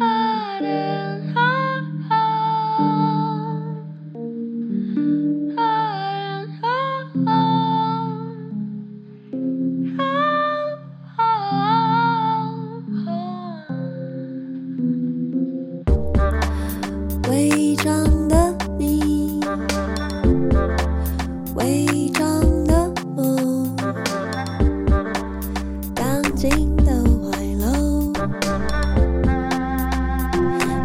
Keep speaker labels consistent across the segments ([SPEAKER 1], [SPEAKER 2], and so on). [SPEAKER 1] 아른 아아 아른 아아
[SPEAKER 2] 伪装的你，伪装的我，钢筋的怀楼，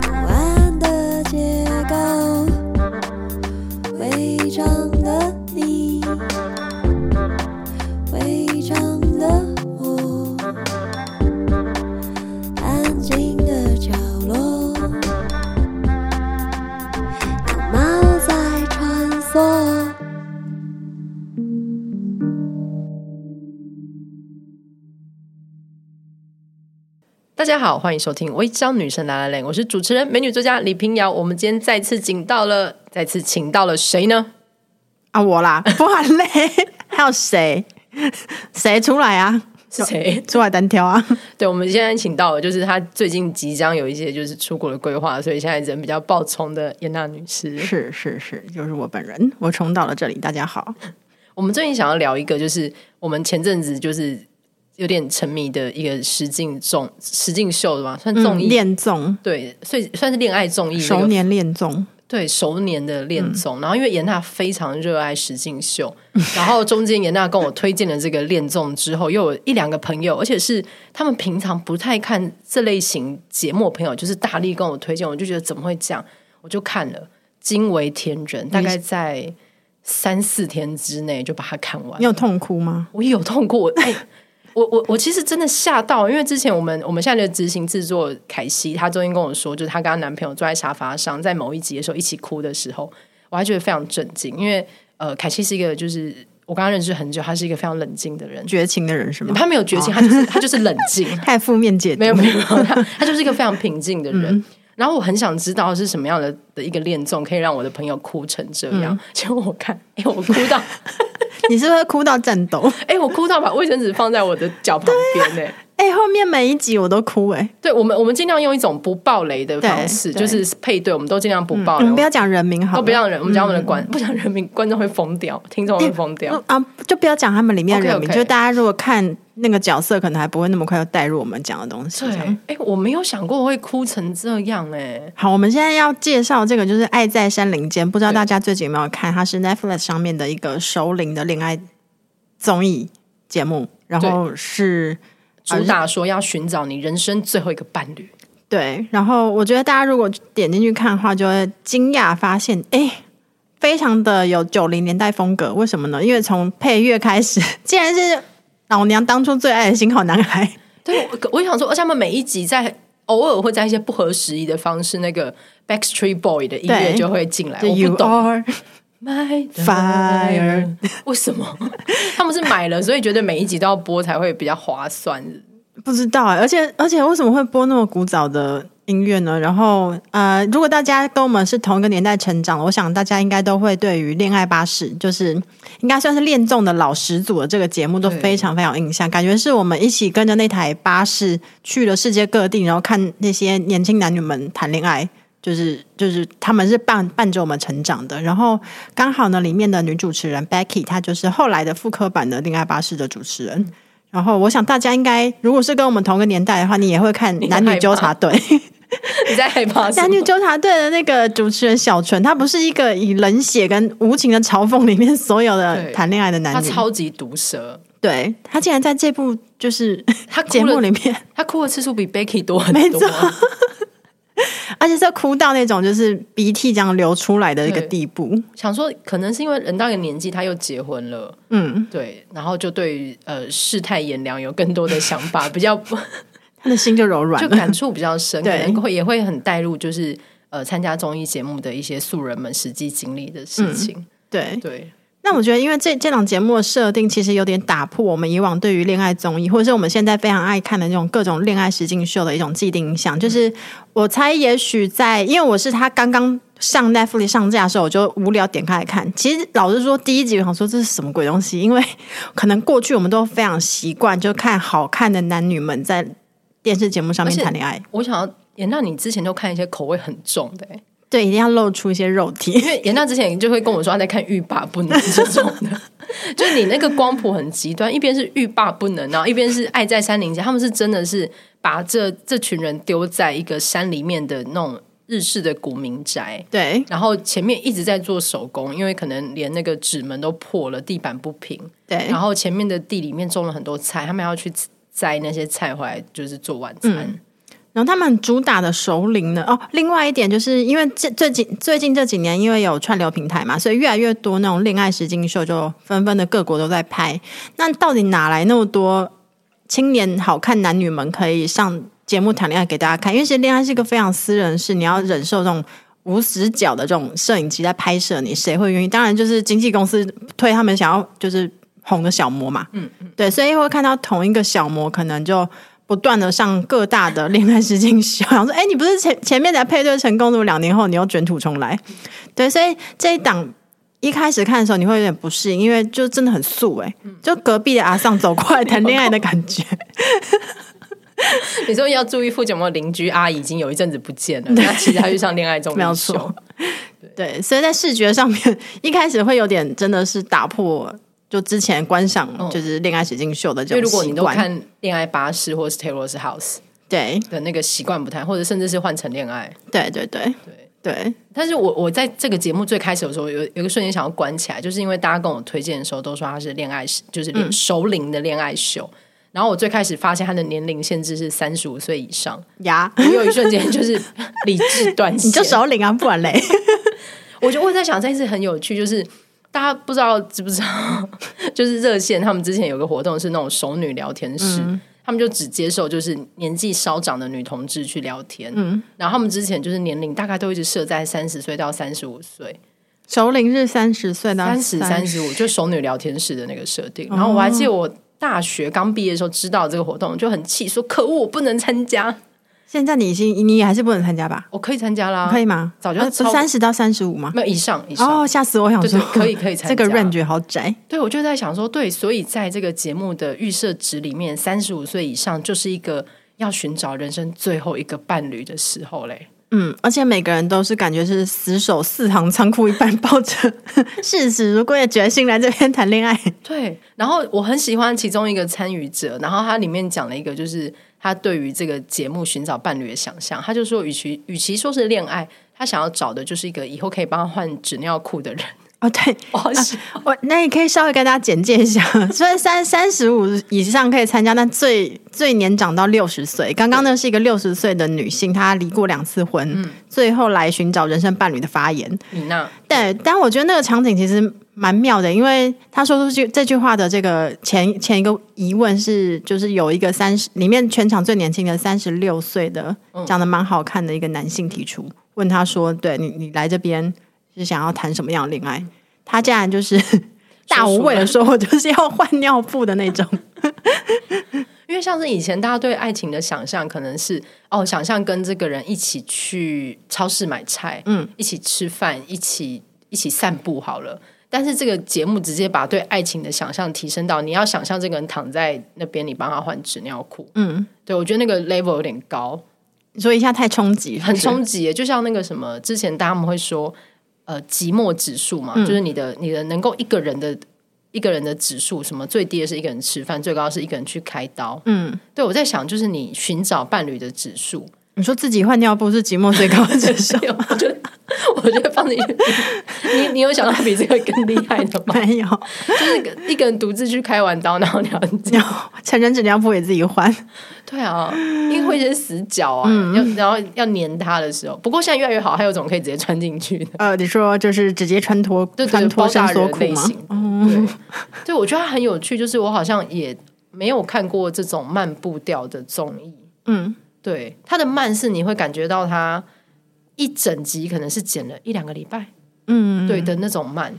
[SPEAKER 2] 不安的结构，伪装的你，伪装的我，安静的角落。有猫在穿梭。
[SPEAKER 3] 大家好，欢迎收听《微章女神拉拉链》，我是主持人美女作家李平遥。我们今天再次请到了，再次请到了谁呢？
[SPEAKER 4] 啊，我 啦，不然嘞，还有谁？谁出来啊？
[SPEAKER 3] 是谁？
[SPEAKER 4] 出来单挑啊？
[SPEAKER 3] 对，我们现在请到了，就是她最近即将有一些就是出国的规划，所以现在人比较爆冲的严娜女 士。
[SPEAKER 4] 是是是，就是我本人，我冲到了这里。大家好，
[SPEAKER 3] 我们最近想要聊一个，就是我们前阵子就是有点沉迷的一个实境综实境秀的嘛，算综艺、
[SPEAKER 4] 嗯恋综，
[SPEAKER 3] 对，所以算是恋爱综艺这个
[SPEAKER 4] 熟年恋综，
[SPEAKER 3] 对熟年的恋综，然后因为严娜非常热爱实境秀， 然后中间严娜跟我推荐了这个恋综之后，又有一两个朋友，而且是他们平常不太看这类型节目，朋友就是大力跟我推荐，我就觉得怎么会这样，我就看了，惊为天人，大概在三四天之内就把它看完
[SPEAKER 4] 你。有痛哭吗？
[SPEAKER 3] 我也有痛过， 我哎、我我我其实真的吓到，因为之前我们我们现在的执行制作凯西，她中间跟我说，就是她跟她男朋友坐在沙发上，在某一集的时候一起哭的时候，我还觉得非常震惊，因为呃，凯西是一个就是我跟他认识很久，他是一个非常冷静的人，
[SPEAKER 4] 绝情的人是吗？啊
[SPEAKER 3] 他没有绝情，他就是他就是冷静，
[SPEAKER 4] 太负面解读，
[SPEAKER 3] 没有没有，他他就是一个非常平静的人。然后我很想知道是什么样的的一个恋综可以让我的朋友哭成这样，结果我看，哎、我哭到。
[SPEAKER 4] 你是不是哭到颤 抖？
[SPEAKER 3] 哎、我哭到把卫生纸放在我的脚旁边呢、
[SPEAKER 4] 哎、后面每一集我都哭哎、
[SPEAKER 3] 对我们，我们尽量用一种不爆雷的方式，
[SPEAKER 4] 对
[SPEAKER 3] 就
[SPEAKER 4] 对
[SPEAKER 3] 是配对，我们都尽嗯量不
[SPEAKER 4] 我
[SPEAKER 3] 爆雷，
[SPEAKER 4] 嗯们不要讲人名好
[SPEAKER 3] 都
[SPEAKER 4] 了，
[SPEAKER 3] 不让人，我们讲我们的观，不讲人民观众会疯掉，听众会疯掉。
[SPEAKER 4] 嗯啊，就不要讲他们里面的人名
[SPEAKER 3] OK，OK
[SPEAKER 4] 就大家如果看那个角色，可能还不会那么快就带入我们讲的东西。
[SPEAKER 3] 对
[SPEAKER 4] 这样，
[SPEAKER 3] 哎、我没有想过会哭成这样哎、
[SPEAKER 4] 好，我们现在要介绍这个就是《爱在山林间》，不知道大家最近有没有看？它是 Netflix 上面的一个熟龄的恋爱综艺节目，然后是
[SPEAKER 3] 主打说要寻找你人生最后一个伴侣，
[SPEAKER 4] 对，然后我觉得大家如果点进去看的话，就会惊讶发现，哎。非常的有九零年代风格，为什么呢？因为从配乐开始， 竟然是老娘当初最爱的《新好男孩》。
[SPEAKER 3] 对，我我想说，而且他们每一集在偶尔会在一些不合时宜的方式，那个 Backstreet Boy 的音乐
[SPEAKER 4] 对
[SPEAKER 3] 就会进来，
[SPEAKER 4] 就
[SPEAKER 3] 我不
[SPEAKER 4] You
[SPEAKER 3] 懂。
[SPEAKER 4] are
[SPEAKER 3] 买
[SPEAKER 4] Fire
[SPEAKER 3] 为什么？ 他们是买了，所以觉得每一集都要播才会比较划算。
[SPEAKER 4] 不知道欸，而且而且为什么会播那么古早的音乐呢？然后呃，如果大家跟我们是同一个年代成长的，我想大家应该都会对于《恋爱巴士》就是应该算是恋综的老始祖的这个节目都
[SPEAKER 3] 对
[SPEAKER 4] 非常非常有印象，感觉是我们一起跟着那台巴士去了世界各地，然后看那些年轻男女们谈恋爱。就是就是他们是伴伴着我们成长的，然后刚好呢，里面的女主持人 Becky 她就是后来的复刻版的《恋爱巴士》的主持人，
[SPEAKER 3] 嗯
[SPEAKER 4] 然后我想大家应该，如果是跟我们同个年代的话，你也会看
[SPEAKER 3] 你
[SPEAKER 4] 《
[SPEAKER 3] 害怕
[SPEAKER 4] 男女纠察队》。
[SPEAKER 3] 你在害怕
[SPEAKER 4] 《
[SPEAKER 3] 什
[SPEAKER 4] 男
[SPEAKER 3] 么
[SPEAKER 4] 女？纠察队》的那个主持人小纯，他不是一个以冷血跟无情的嘲讽里面所有的
[SPEAKER 3] 对
[SPEAKER 4] 谈恋爱的男
[SPEAKER 3] 他
[SPEAKER 4] 女，
[SPEAKER 3] 超级毒舌，
[SPEAKER 4] 对他竟然在这部就是
[SPEAKER 3] 他哭了
[SPEAKER 4] 节目里面，
[SPEAKER 3] 他哭的次数比 Becky 多很
[SPEAKER 4] 没
[SPEAKER 3] 多
[SPEAKER 4] 错。而且是哭到那种就是鼻涕这样流出来的一个
[SPEAKER 3] 对
[SPEAKER 4] 地步。
[SPEAKER 3] 想说，可能是因为人到一个年纪，他又结婚了，
[SPEAKER 4] 嗯，
[SPEAKER 3] 对，然后就对于呃世态炎凉有更多的想 法，比较
[SPEAKER 4] 他的心就柔软
[SPEAKER 3] 就
[SPEAKER 4] 了。
[SPEAKER 3] 感触比较深，可
[SPEAKER 4] 对
[SPEAKER 3] 能会也会很带入，就是呃参加综艺节目的一些素人们实际经历的事情。
[SPEAKER 4] 对，
[SPEAKER 3] 对，
[SPEAKER 4] 那我觉得，因为这这档节目的设定其实有点打破我们以往对于恋爱综艺，或者是我们现在非常爱看的那种各种恋爱实境秀的一种既定印象。就是我猜，也许在因为我是他刚刚上 Netflix 上架的时候，我就无聊点开来看。其实老实说，第一集我想说这是什么鬼东西，因为可能过去我们都非常习惯就看好看的男女们在电视节目上面
[SPEAKER 3] 而且
[SPEAKER 4] 谈恋爱，
[SPEAKER 3] 我想要严娜，你之前都看一些口味很重的、欸，
[SPEAKER 4] 对，一定要露出一些肉体
[SPEAKER 3] 因。为严娜之前就会跟我说她在看欲罢不能这种 的，就是你那个光谱很极端，一边是欲罢不能，然后一边是爱在山林间，他们是真的是把这这群人丢在一个山里面的那种日式的古民宅。
[SPEAKER 4] 对
[SPEAKER 3] 然后前面一直在做手工，因为可能连那个纸门都破了，地板不平。
[SPEAKER 4] 对
[SPEAKER 3] 然，后前面的地里面种了很多菜，他们要去摘那些菜回来，就是做晚餐。
[SPEAKER 4] 嗯然后他们主打的熟龄呢？哦，另外一点就是因为这最近最近这几年，因为有串流平台嘛，所以越来越多那种恋爱实境秀就纷纷的各国都在拍。那到底哪来那么多青年好看男女们可以上节目谈恋爱给大家看？因为其实恋爱是一个非常私人的事，你要忍受这种。无死角的这种摄影机在拍摄你，谁会愿意？当然就是经纪公司推他们想要就是红的小模嘛，嗯，对，所以会看到同一个小模可能就不断的上各大的恋爱实境秀，然后说：“哎、你不是前前面才配对成功，怎么两年后你又卷土重来？”对，所以这一档一开始看的时候，你会有点不适应，因为就真的很素哎、
[SPEAKER 3] 嗯
[SPEAKER 4] 就隔壁的阿尚走过来谈恋爱的感觉。
[SPEAKER 3] 你说要注意附近有没有邻居阿姨已经有一阵子不见 了，那其实她去上恋爱中
[SPEAKER 4] 没有
[SPEAKER 3] 心
[SPEAKER 4] 错
[SPEAKER 3] 秀。
[SPEAKER 4] 对，所以在视觉上面，一开始会有点真的是打破就之前观赏
[SPEAKER 3] 嗯
[SPEAKER 4] 就是恋爱实境秀的
[SPEAKER 3] 因
[SPEAKER 4] 这
[SPEAKER 3] 为
[SPEAKER 4] 种
[SPEAKER 3] 如果
[SPEAKER 4] 习
[SPEAKER 3] 你都
[SPEAKER 4] 惯。
[SPEAKER 3] 看恋爱巴士或是 Taylor's House
[SPEAKER 4] 对
[SPEAKER 3] 的那个习惯不太，或者甚至是换成恋爱。
[SPEAKER 4] 对对对
[SPEAKER 3] 对
[SPEAKER 4] 对
[SPEAKER 3] 但是我我在这个节目最开始的时候，有有一个瞬间想要关起来，就是因为大家跟我推荐的时候都说他是恋爱，就是恋
[SPEAKER 4] 嗯
[SPEAKER 3] 熟龄的恋爱秀。然后我最开始发现他的年龄限制是三十五岁以上，
[SPEAKER 4] 呀，
[SPEAKER 3] 我有一瞬间就是理智断线。
[SPEAKER 4] 你就首领啊，不然 嘞。
[SPEAKER 3] 我就我在想这件事很有趣，就是大家不知道知不知道， 就是热线他们之前有个活动是那种熟女聊天室。他们就只接受就是年纪稍长的女同志去聊天，然后他们之前就是年龄大概都一直设在三十岁到三十五岁，
[SPEAKER 4] 首领是三十岁到
[SPEAKER 3] 啊三十哦三十五就熟女聊天室的那个设定。然后我还记得我大学刚毕业的时候知道这个活动，就很气，说可恶，我不能参加，
[SPEAKER 4] 现在你已经你还是不能参加吧？
[SPEAKER 3] 我可以参加啦，
[SPEAKER 4] 可以吗？
[SPEAKER 3] 啊早就
[SPEAKER 4] 呃不
[SPEAKER 3] 超
[SPEAKER 4] 三十到三十五吗？
[SPEAKER 3] 没有以上以上
[SPEAKER 4] 哦，吓死我！我想说
[SPEAKER 3] 对对可以可以参
[SPEAKER 4] 这个
[SPEAKER 3] 加
[SPEAKER 4] range 好窄，
[SPEAKER 3] 对，我就在想说，对，所以在这个节目的预设值里面，三十五岁以上就是一个要寻找人生最后一个伴侣的时候嘞。
[SPEAKER 4] 嗯，而且每个人都是感觉是死守四行仓库一般，抱着 视死如归的决心来这边谈恋爱。
[SPEAKER 3] 对，然后我很喜欢其中一个参与者，然后他里面讲了一个，就是他对于这个节目寻找伴侣的想象，他就说，与其与其说是恋爱，他想要找的就是一个以后可以帮他换纸尿裤的人。
[SPEAKER 4] 哦，对，
[SPEAKER 3] 哇、
[SPEAKER 4] 我那你可以稍微跟大家简介一下， 虽然三三十五以上可以参加，但最最年长到六十岁。刚刚那是一个六十岁的女性，她离过两次婚，
[SPEAKER 3] 嗯
[SPEAKER 4] 最后来寻找人生伴侣的发言。
[SPEAKER 3] 米娜，
[SPEAKER 4] 对，但我觉得那个场景其实蛮妙的，因为他说出这这句话的这个前前一个疑问是，就是有一个三十里面全场最年轻的三十六岁的，长得蛮好看的一个男性提出，问他说：“对你，你来这边是想要谈什么样的恋爱？”他竟然就是 大无畏的说：“我就是要换尿布的那种。
[SPEAKER 3] 因为像是以前大家对爱情的想象，可能是哦，想象跟这个人一起去超市买菜，嗯，一起吃饭，一起一起散步好了。但是这个节目直接把对爱情的想象提升到，你要想象这个人躺在那边，你帮他换纸尿裤。”
[SPEAKER 4] 嗯，
[SPEAKER 3] 对我觉得那个 level 有点高，
[SPEAKER 4] 你说一下太冲击，
[SPEAKER 3] 很冲击耶。就像那个什么，之前大家们会说，呃，寂寞指数嘛，就是你的你的能够一个人的一个人的指数，什么最低的是一个人吃饭，最高是一个人去开刀。
[SPEAKER 4] 嗯，
[SPEAKER 3] 对，我在想，就是你寻找伴侣的指数，。
[SPEAKER 4] 你说自己换尿布是寂寞最高的指数
[SPEAKER 3] 我觉得，我觉得放进去，你你有想到比这个更厉害的 吗？
[SPEAKER 4] 没有，
[SPEAKER 3] 就是一个一个人独自去开完刀，然后你要这
[SPEAKER 4] 然
[SPEAKER 3] 样，
[SPEAKER 4] 后成人纸尿布也自己换。
[SPEAKER 3] 对啊，因为会一些死角啊，要然后要粘它的时候，不过现在越来越好，还有种可以直接穿进去的，
[SPEAKER 4] 呃，你说就是直接穿脱
[SPEAKER 3] 对对
[SPEAKER 4] 穿
[SPEAKER 3] 对，
[SPEAKER 4] 脱
[SPEAKER 3] 包
[SPEAKER 4] 伸
[SPEAKER 3] 大
[SPEAKER 4] 缩
[SPEAKER 3] 人
[SPEAKER 4] 裤
[SPEAKER 3] 类
[SPEAKER 4] 吗？哦
[SPEAKER 3] 型的，对，对我觉得它很有趣，就是我好像也没有看过这种慢步调的综艺，
[SPEAKER 4] 嗯，
[SPEAKER 3] 对，它的慢是你会感觉到它一整集可能是剪了一两个礼拜，
[SPEAKER 4] 嗯，
[SPEAKER 3] 对的那种慢，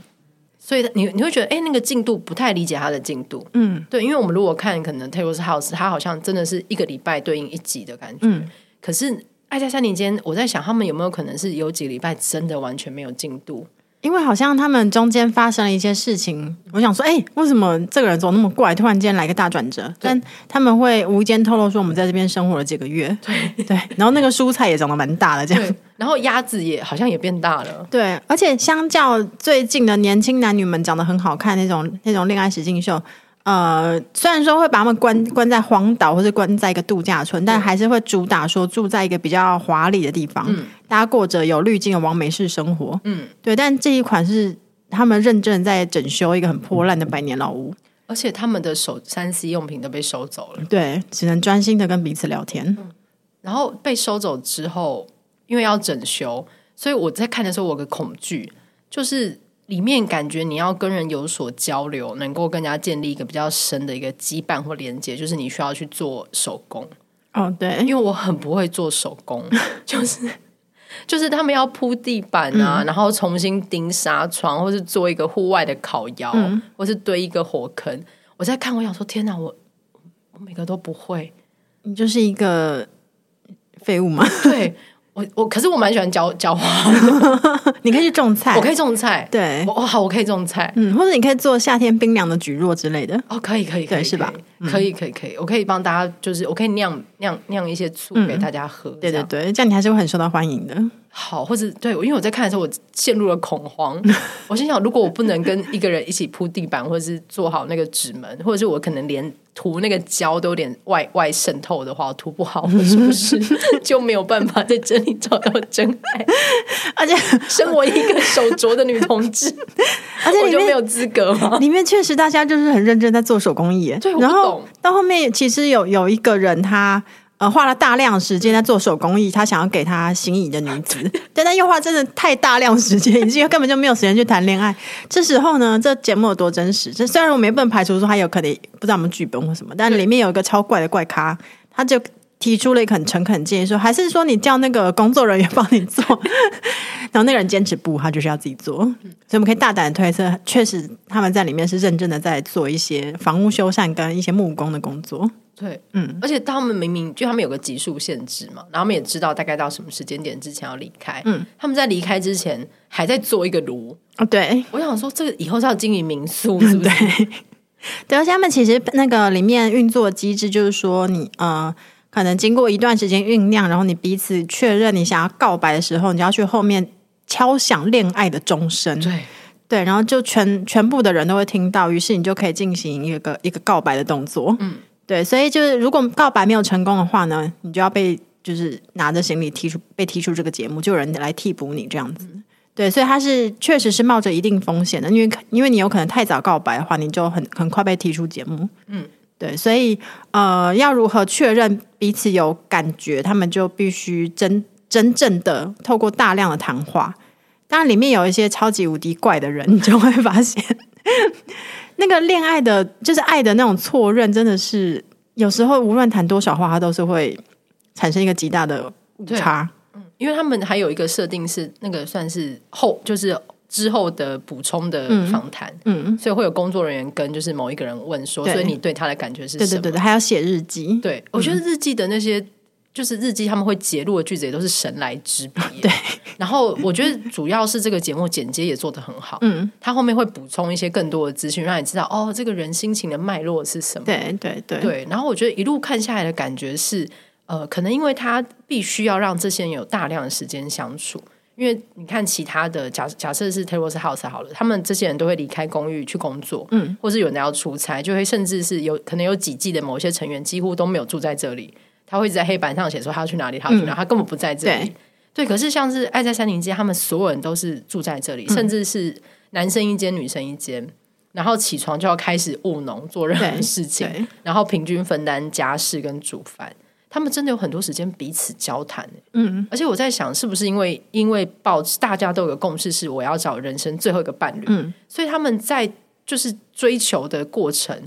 [SPEAKER 3] 所以你你会觉得，哎、那个进度不太理解它的进度，
[SPEAKER 4] 嗯，
[SPEAKER 3] 对，因为我们如果看可能 Taylor's House，它好像真的是一个礼拜对应一集的感觉，
[SPEAKER 4] 嗯，
[SPEAKER 3] 可是。爱在山林间，我在想他们有没有可能是有几个礼拜真的完全没有进度？
[SPEAKER 4] 因为好像他们中间发生了一些事情，我想说，哎、为什么这个人走那么怪，突然间来个大转折？但他们会无意间透露说，我们在这边生活了几个月，对对，然后那个蔬菜也长得蛮大的，这样
[SPEAKER 3] 对，然后鸭子也好像也变大了，
[SPEAKER 4] 对，而且相较最近的年轻男女们长得很好看那种那种恋爱实境秀，呃，虽然说会把他们关关在荒岛或是关在一个度假村，但还是会主打说住在一个比较华丽的地方，大家过着有滤镜的完美式生活。
[SPEAKER 3] 嗯，
[SPEAKER 4] 对，但这一款是他们认真地在整修一个很破烂的百年老屋，
[SPEAKER 3] 而且他们的手三 C 用品都被收走了。
[SPEAKER 4] 对，只能专心的跟彼此聊天。
[SPEAKER 3] 嗯然后被收走之后，因为要整修，所以我在看的时候，我有个恐惧，就是里面感觉你要跟人有所交流，能够跟人家建立一个比较深的一个羁绊或连接，就是你需要去做手工，
[SPEAKER 4] 哦，对，
[SPEAKER 3] 因为我很不会做手工， 就是。就是他们要铺地板啊，
[SPEAKER 4] 嗯
[SPEAKER 3] 然后重新钉纱窗，或是做一个户外的烤窑，
[SPEAKER 4] 嗯
[SPEAKER 3] 或是堆一个火坑。我在看，我想说，天哪，我我每个都不会。
[SPEAKER 4] 你就是一个废物嘛，
[SPEAKER 3] 对 我我，可是我蛮喜欢浇浇花的，
[SPEAKER 4] 你可以去种菜，
[SPEAKER 3] 我可以种菜，
[SPEAKER 4] 对
[SPEAKER 3] 我我好，我可以种菜，
[SPEAKER 4] 嗯，或者你可以做夏天冰凉的菊若之类的。
[SPEAKER 3] 哦，可以可以可以，
[SPEAKER 4] 对是吧
[SPEAKER 3] 可以？可以可以可以，我可以帮大家，就是我可以酿酿酿一些醋给大家喝，
[SPEAKER 4] 嗯
[SPEAKER 3] 这
[SPEAKER 4] 对对
[SPEAKER 3] 样
[SPEAKER 4] 对，这样你还是会很受到欢迎的。
[SPEAKER 3] 好，或者对，因为我在看的时候，我陷入了恐慌，我心想，如果我不能跟一个人一起铺地板，或者是做好那个纸门，或者是我可能连涂那个胶都有点外外渗透的话，我涂不好，我是不 是就没有办法在这里找到真爱？
[SPEAKER 4] 而且
[SPEAKER 3] 身为一个手镯的女同志，
[SPEAKER 4] 而且
[SPEAKER 3] 我
[SPEAKER 4] 里
[SPEAKER 3] 就没有
[SPEAKER 4] 面
[SPEAKER 3] 资格 吗？
[SPEAKER 4] 里面确实大家就是很认真在做手工艺耶。
[SPEAKER 3] 对我不
[SPEAKER 4] 然后
[SPEAKER 3] 懂
[SPEAKER 4] 到后面其实有有一个人他。呃，花了大量时间在做手工艺，他想要给他心仪的女 子，但他又花真的太大量时间，已经根本就没有时间去谈恋爱。这时候呢，这节目有多真实？这虽然我没办法排除说他有可能不知道我们剧本或什么，但里面有一个超怪的怪咖，他就提出了一个很诚恳的建议，说还是说你叫那个工作人员帮你做， 然后那个人坚持不，他就是要自己做，所以我们可以大胆地推测，确实他们在里面是认真的在做一些房屋修缮跟一些木工的工作。
[SPEAKER 3] 对，
[SPEAKER 4] 嗯，
[SPEAKER 3] 而且他们明明就他们有个级数限制嘛，然后他们也知道大概到什么时间点之前要离开。嗯，他们在离开之前还在做一个炉，
[SPEAKER 4] 哦，对，
[SPEAKER 3] 我想说这个以后是要经营民 宿，是不是？
[SPEAKER 4] 对，而且他们其实那个里面运作机制就是说你，呃，可能经过一段时间酝酿，然后你彼此确认你想要告白的时候，你就要去后面敲响恋爱的钟声。
[SPEAKER 3] 对
[SPEAKER 4] 对，然后就全全部的人都会听到，于是你就可以进行一个一个告白的动作。嗯，对，所以就是如果告白没有成功的话呢，你就要被就是拿着行李踢出被踢出这个节目，就有人来替补你这样子。对，所以他是确实是冒着一定风险的，因为因为你有可能太早告白的话，你就很很快被踢出节目。
[SPEAKER 3] 嗯，
[SPEAKER 4] 对，所以呃，要如何确认彼此有感觉，他们就必须真真正的透过大量的谈话，当然，里面有一些超级无敌怪的人，你就会发现，那个恋爱的，就是爱的那种错认，真的是有时候无论谈多少话，它都是会产生一个极大的误差。
[SPEAKER 3] 因为他们还有一个设定是那个算是后，就是之后的补充的访谈，
[SPEAKER 4] 嗯，
[SPEAKER 3] 所以会有工作人员跟就是某一个人问说，
[SPEAKER 4] 对
[SPEAKER 3] 所以你对他的感觉是
[SPEAKER 4] 对
[SPEAKER 3] 什
[SPEAKER 4] 对
[SPEAKER 3] 么？
[SPEAKER 4] 对对，嗯还要写日记。
[SPEAKER 3] 对，我觉得日记的那些、就是日记，他们会揭露的句子也都是神来之笔。 对，然后我觉得主要是这个节目剪接也做得很好，
[SPEAKER 4] 嗯，
[SPEAKER 3] 他后面会补充一些更多的资讯，让你知道哦，这个人心情的脉络是什么。
[SPEAKER 4] 对对对
[SPEAKER 3] 对，然后我觉得一路看下来的感觉是，呃，可能因为他必须要让这些人有大量的时间相处，因为你看其他的假假设是 Taylor's House 好了，他们这些人都会离开公寓去工作，嗯，或是有人要出差，就会甚至是有可能有几季的某些成员几乎都没有住在这里，他会一直在黑板上写说他要去哪里，他要去哪里，他根本不在这里
[SPEAKER 4] 嗯
[SPEAKER 3] 对，
[SPEAKER 4] 对。
[SPEAKER 3] 可是像是《爱在山林间》，他们所有人都是住在这里，
[SPEAKER 4] 嗯
[SPEAKER 3] 甚至是男生一间，女生一间，然后起床就要开始务农，做任何
[SPEAKER 4] 对
[SPEAKER 3] 事情
[SPEAKER 4] 对，
[SPEAKER 3] 然后平均分担家事跟煮饭。他们真的有很多时间彼此交谈、嗯，而且我在想，是不是因为因为报纸大家都有个共识，是我要找人生最后一个伴侣，
[SPEAKER 4] 嗯
[SPEAKER 3] 所以他们在就是追求的过程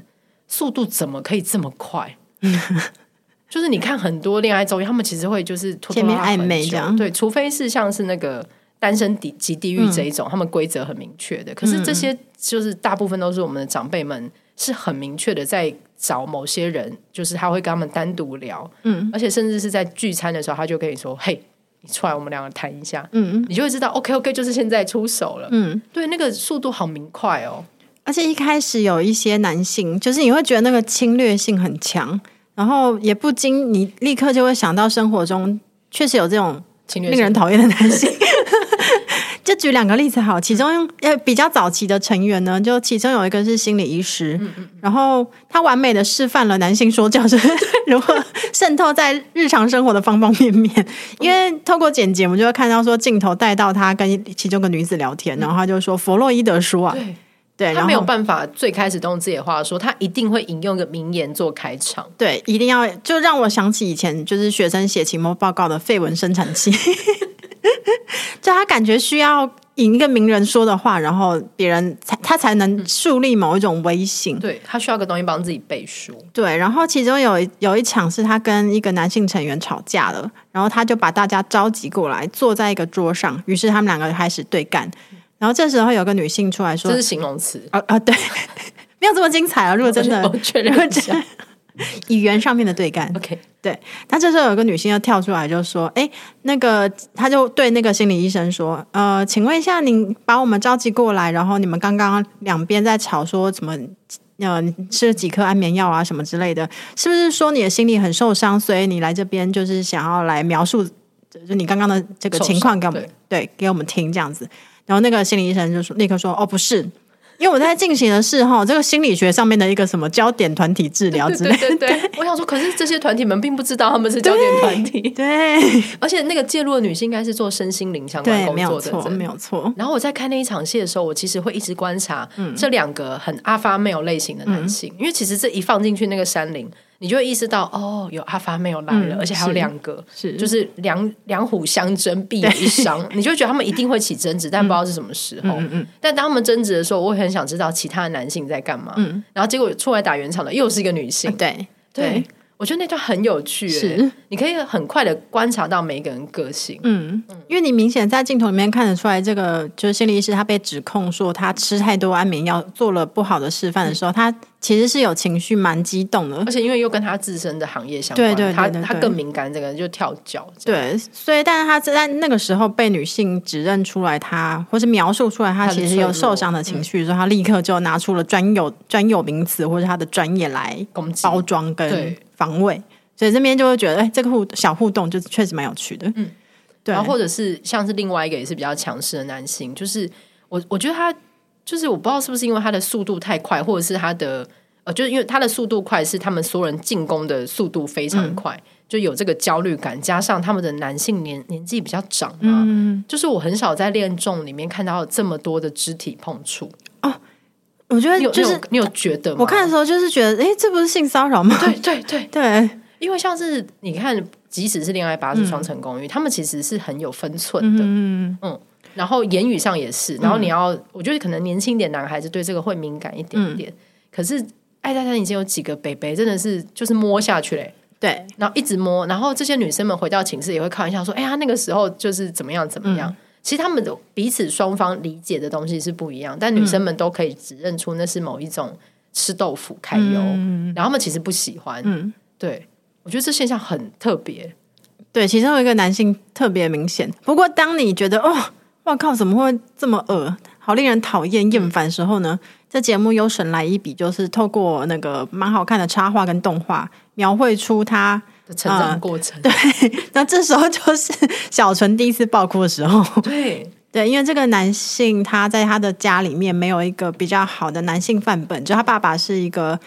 [SPEAKER 3] 速度怎么可以这么快？ 就是你看很多恋爱综艺，他们其实会就是拖拖
[SPEAKER 4] 见面
[SPEAKER 3] 拉拉很
[SPEAKER 4] 暧昧
[SPEAKER 3] 久
[SPEAKER 4] 这样
[SPEAKER 3] 对，除非是像是那个单身地及地狱这一
[SPEAKER 4] 嗯
[SPEAKER 3] 种，他们规则很明确的。可是这些就是大部分都是我们的长辈们是很明确的在找某些人，就是他会跟他们单独聊，
[SPEAKER 4] 嗯，
[SPEAKER 3] 而且甚至是在聚餐的时候，他就跟你说：“嘿，你出来，我们两个谈一下，
[SPEAKER 4] 嗯
[SPEAKER 3] 你就会知道 OK OK，就是现在出手了。
[SPEAKER 4] 嗯，
[SPEAKER 3] 对，那个速度好明快哦。
[SPEAKER 4] 而且一开始有一些男性，就是你会觉得那个侵略性很强，然后也不经你立刻就会想到生活中确实有这种
[SPEAKER 3] 侵略
[SPEAKER 4] 令人
[SPEAKER 3] 性
[SPEAKER 4] 讨厌的男性。 就举两个例子好，其中呃比较早期的成员呢，就其中有一个是心理医
[SPEAKER 3] 嗯
[SPEAKER 4] 师，然后他完美的示范了男性说教是 如何渗透在日常生活的方方面面。
[SPEAKER 3] 嗯
[SPEAKER 4] 因为透过剪辑，我们就会看到说镜头带到他跟其中一个女子聊天，然后他就说弗洛伊德说啊，
[SPEAKER 3] 对
[SPEAKER 4] 对，然
[SPEAKER 3] 嗯他
[SPEAKER 4] 后
[SPEAKER 3] 没有办法最开始都用自己的话说，他一定会引用一个名言做开场。
[SPEAKER 4] 对，一定要就让我想起以前就是学生写期末报告的废文生产器， 就他感觉需要引一个名人说的话，然后别人才他才能树立某一种威信。
[SPEAKER 3] 嗯对他需要个东西帮自己背书，
[SPEAKER 4] 对，然后其中有一有一场是他跟一个男性成员吵架了，然后他就把大家召集过来，坐在一个桌上，于是他们两个开始对干。然后这时候有个女性出来说
[SPEAKER 3] 嗯这是形容词。：“
[SPEAKER 4] 啊啊，对， 没有这么精彩啊！如果真的
[SPEAKER 3] 我确认
[SPEAKER 4] 如果
[SPEAKER 3] 一 下
[SPEAKER 4] 真语言上面的对干，
[SPEAKER 3] OK，
[SPEAKER 4] 对，那这时候有个女性要跳出来，就说：“哎，那个，她就对那个心理医生说，呃，请问一下，您把我们召集过来，然后你们刚刚两边在吵说什么？呃，你吃了几颗安眠药啊，什么之类的，是不是说你的心里很受伤，所以你来这边就是想要来描述，就是你刚刚的这个
[SPEAKER 3] 受
[SPEAKER 4] 情况
[SPEAKER 3] 伤
[SPEAKER 4] 给我们对给我们听这样子？”然后那个心理医生就说，立刻说：“哦，不是。”因为我在进行的是哈这个心理学上面的一个什么焦点团体治疗
[SPEAKER 3] 对
[SPEAKER 4] 之类的，
[SPEAKER 3] 对对对，我想说，可是这些团体们并不知道他们是焦点团体，
[SPEAKER 4] 对
[SPEAKER 3] 而且那个介入的女性应该是做身心灵相关
[SPEAKER 4] 对，
[SPEAKER 3] 工
[SPEAKER 4] 没有
[SPEAKER 3] 作的
[SPEAKER 4] 错，
[SPEAKER 3] 人
[SPEAKER 4] 没有错。
[SPEAKER 3] 然后我在看那一场戏的时候，我其实会一直观察
[SPEAKER 4] 嗯
[SPEAKER 3] 这两个很阿发 male 类型的男性，因为其实这一放进去那个山林，你就会意识到哦，有阿发 male 来了，
[SPEAKER 4] 嗯
[SPEAKER 3] 而且还有
[SPEAKER 4] 是
[SPEAKER 3] 两个，
[SPEAKER 4] 是
[SPEAKER 3] 就是两两虎相争，必有一伤，你就会觉得他们一定会起争执，但不知道是什么时
[SPEAKER 4] 嗯
[SPEAKER 3] 候。但当他们争执的时候，我会很想知道其他的男性在干嘛。然后结果出来打圆场的又是一个女性，
[SPEAKER 4] 嗯 啊对
[SPEAKER 3] 对，我觉得那段很有趣、欸，
[SPEAKER 4] 是
[SPEAKER 3] 你可以很快的观察到每一个人个性。
[SPEAKER 4] 嗯，因为你明显在镜头里面看得出来，这个就是心理医师他被指控说他吃太多安眠药，做了不好的示范的时候，他其实是有情绪蛮激动的
[SPEAKER 3] 而。且因为又跟他自身的行业相关，
[SPEAKER 4] 对对对
[SPEAKER 3] 他
[SPEAKER 4] 对
[SPEAKER 3] 他
[SPEAKER 4] 对
[SPEAKER 3] 更敏感，这个人就跳脚。这样，
[SPEAKER 4] 对，所以但是他在那个时候被女性指认出来他，或是描述出来
[SPEAKER 3] 他
[SPEAKER 4] 他
[SPEAKER 3] 的
[SPEAKER 4] 其实有
[SPEAKER 3] 脆弱
[SPEAKER 4] 受伤的情绪，所以他立刻就拿出了专有专有名词或者他的专业来
[SPEAKER 3] 攻击
[SPEAKER 4] 包装跟
[SPEAKER 3] 对
[SPEAKER 4] 防卫，所以这边就会觉得，哎，这个互小互动就确实蛮有趣的。嗯，对
[SPEAKER 3] 然，后或者是像是另外一个也是比较强势的男性，就是我我觉得他就是我不知道是不是因为他的速度太快，或者是他的呃，就是因为他的速度快，是他们所有人进攻的速度非
[SPEAKER 4] 嗯
[SPEAKER 3] 常快，就有这个焦虑感，加上他们的男性年年纪比较长嘛，
[SPEAKER 4] 嗯
[SPEAKER 3] 就是我很少在恋综里面看到这么多的肢体碰触。
[SPEAKER 4] 我觉得
[SPEAKER 3] 你有、
[SPEAKER 4] 就
[SPEAKER 3] 你
[SPEAKER 4] 是
[SPEAKER 3] 有你有觉得吗？
[SPEAKER 4] 我看的时候就是觉得，哎，这不是性骚扰吗？
[SPEAKER 3] 对对对，
[SPEAKER 4] 对
[SPEAKER 3] 因为像是你看，即使是恋爱巴士双层公寓，他们其实是很有分寸的，嗯然后言语上也是，然后你要，我觉得可能年轻一点男孩子对这个会敏感一点点，可是爱泰山已经有几个北北真的是就是摸下去嘞、欸
[SPEAKER 4] 对，
[SPEAKER 3] 然后一直摸，然后这些女生们回到寝室也会开玩笑说：“哎呀，那个时候就是怎么样怎么
[SPEAKER 4] 嗯
[SPEAKER 3] 样。其实他们的彼此双方理解的东西是不一样，但女生们都可以指认出那是某一种吃豆腐揩油，然后他们其实不喜欢。
[SPEAKER 4] 嗯
[SPEAKER 3] 对我觉得这现象很特别，
[SPEAKER 4] 对，其中有一个男性特别明显。不过，当你觉得哦，我靠，怎么会这么恶，好令人讨厌、厌烦的时候呢？这节目有神来一笔，就是透过那个蛮好看的插画跟动画，描绘出他。
[SPEAKER 3] 的成长过程。
[SPEAKER 4] 对，那这时候就是小纯第一次爆哭的时候。
[SPEAKER 3] 对
[SPEAKER 4] 对，因为这个男性他在他的家里面没有一个比较好的男性范本，就他爸爸是一个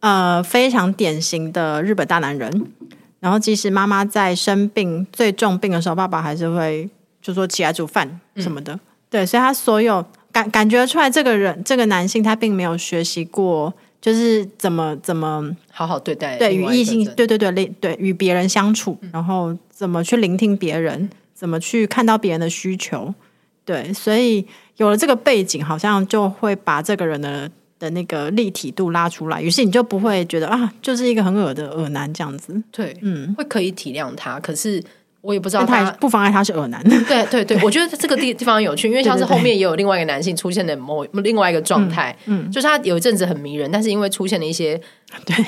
[SPEAKER 4] 呃非常典型的日本大男人，然后即使妈妈在生病最重病的时候，爸爸还是会就说起来煮饭什么的。对，所以他所有感感觉出来，这个人这个男性他并没有学习过，就是怎么怎么
[SPEAKER 3] 好好对待
[SPEAKER 4] 对
[SPEAKER 3] 另
[SPEAKER 4] 与
[SPEAKER 3] 外一
[SPEAKER 4] 异
[SPEAKER 3] 个嗯
[SPEAKER 4] 性，
[SPEAKER 3] 人
[SPEAKER 4] 对对对，邻对与别人相处，然后怎么去聆听别人，怎么去看到别人的需求，对，所以有了这个背景，好像就会把这个人的的那个立体度拉出来，于是你就不会觉得啊，就是一个很恶的恶男这样子，
[SPEAKER 3] 对，
[SPEAKER 4] 嗯
[SPEAKER 3] 会可以体谅他，可是我也不知道
[SPEAKER 4] 但他
[SPEAKER 3] 他
[SPEAKER 4] 也不妨碍他是 耳男，
[SPEAKER 3] 对对对，我觉得这个地地方有趣，因为像是
[SPEAKER 4] 对对对
[SPEAKER 3] 后面也有另外一个男性出现的某另外一个状态，嗯，就是他有一阵子很迷人，但是因为出现了一 些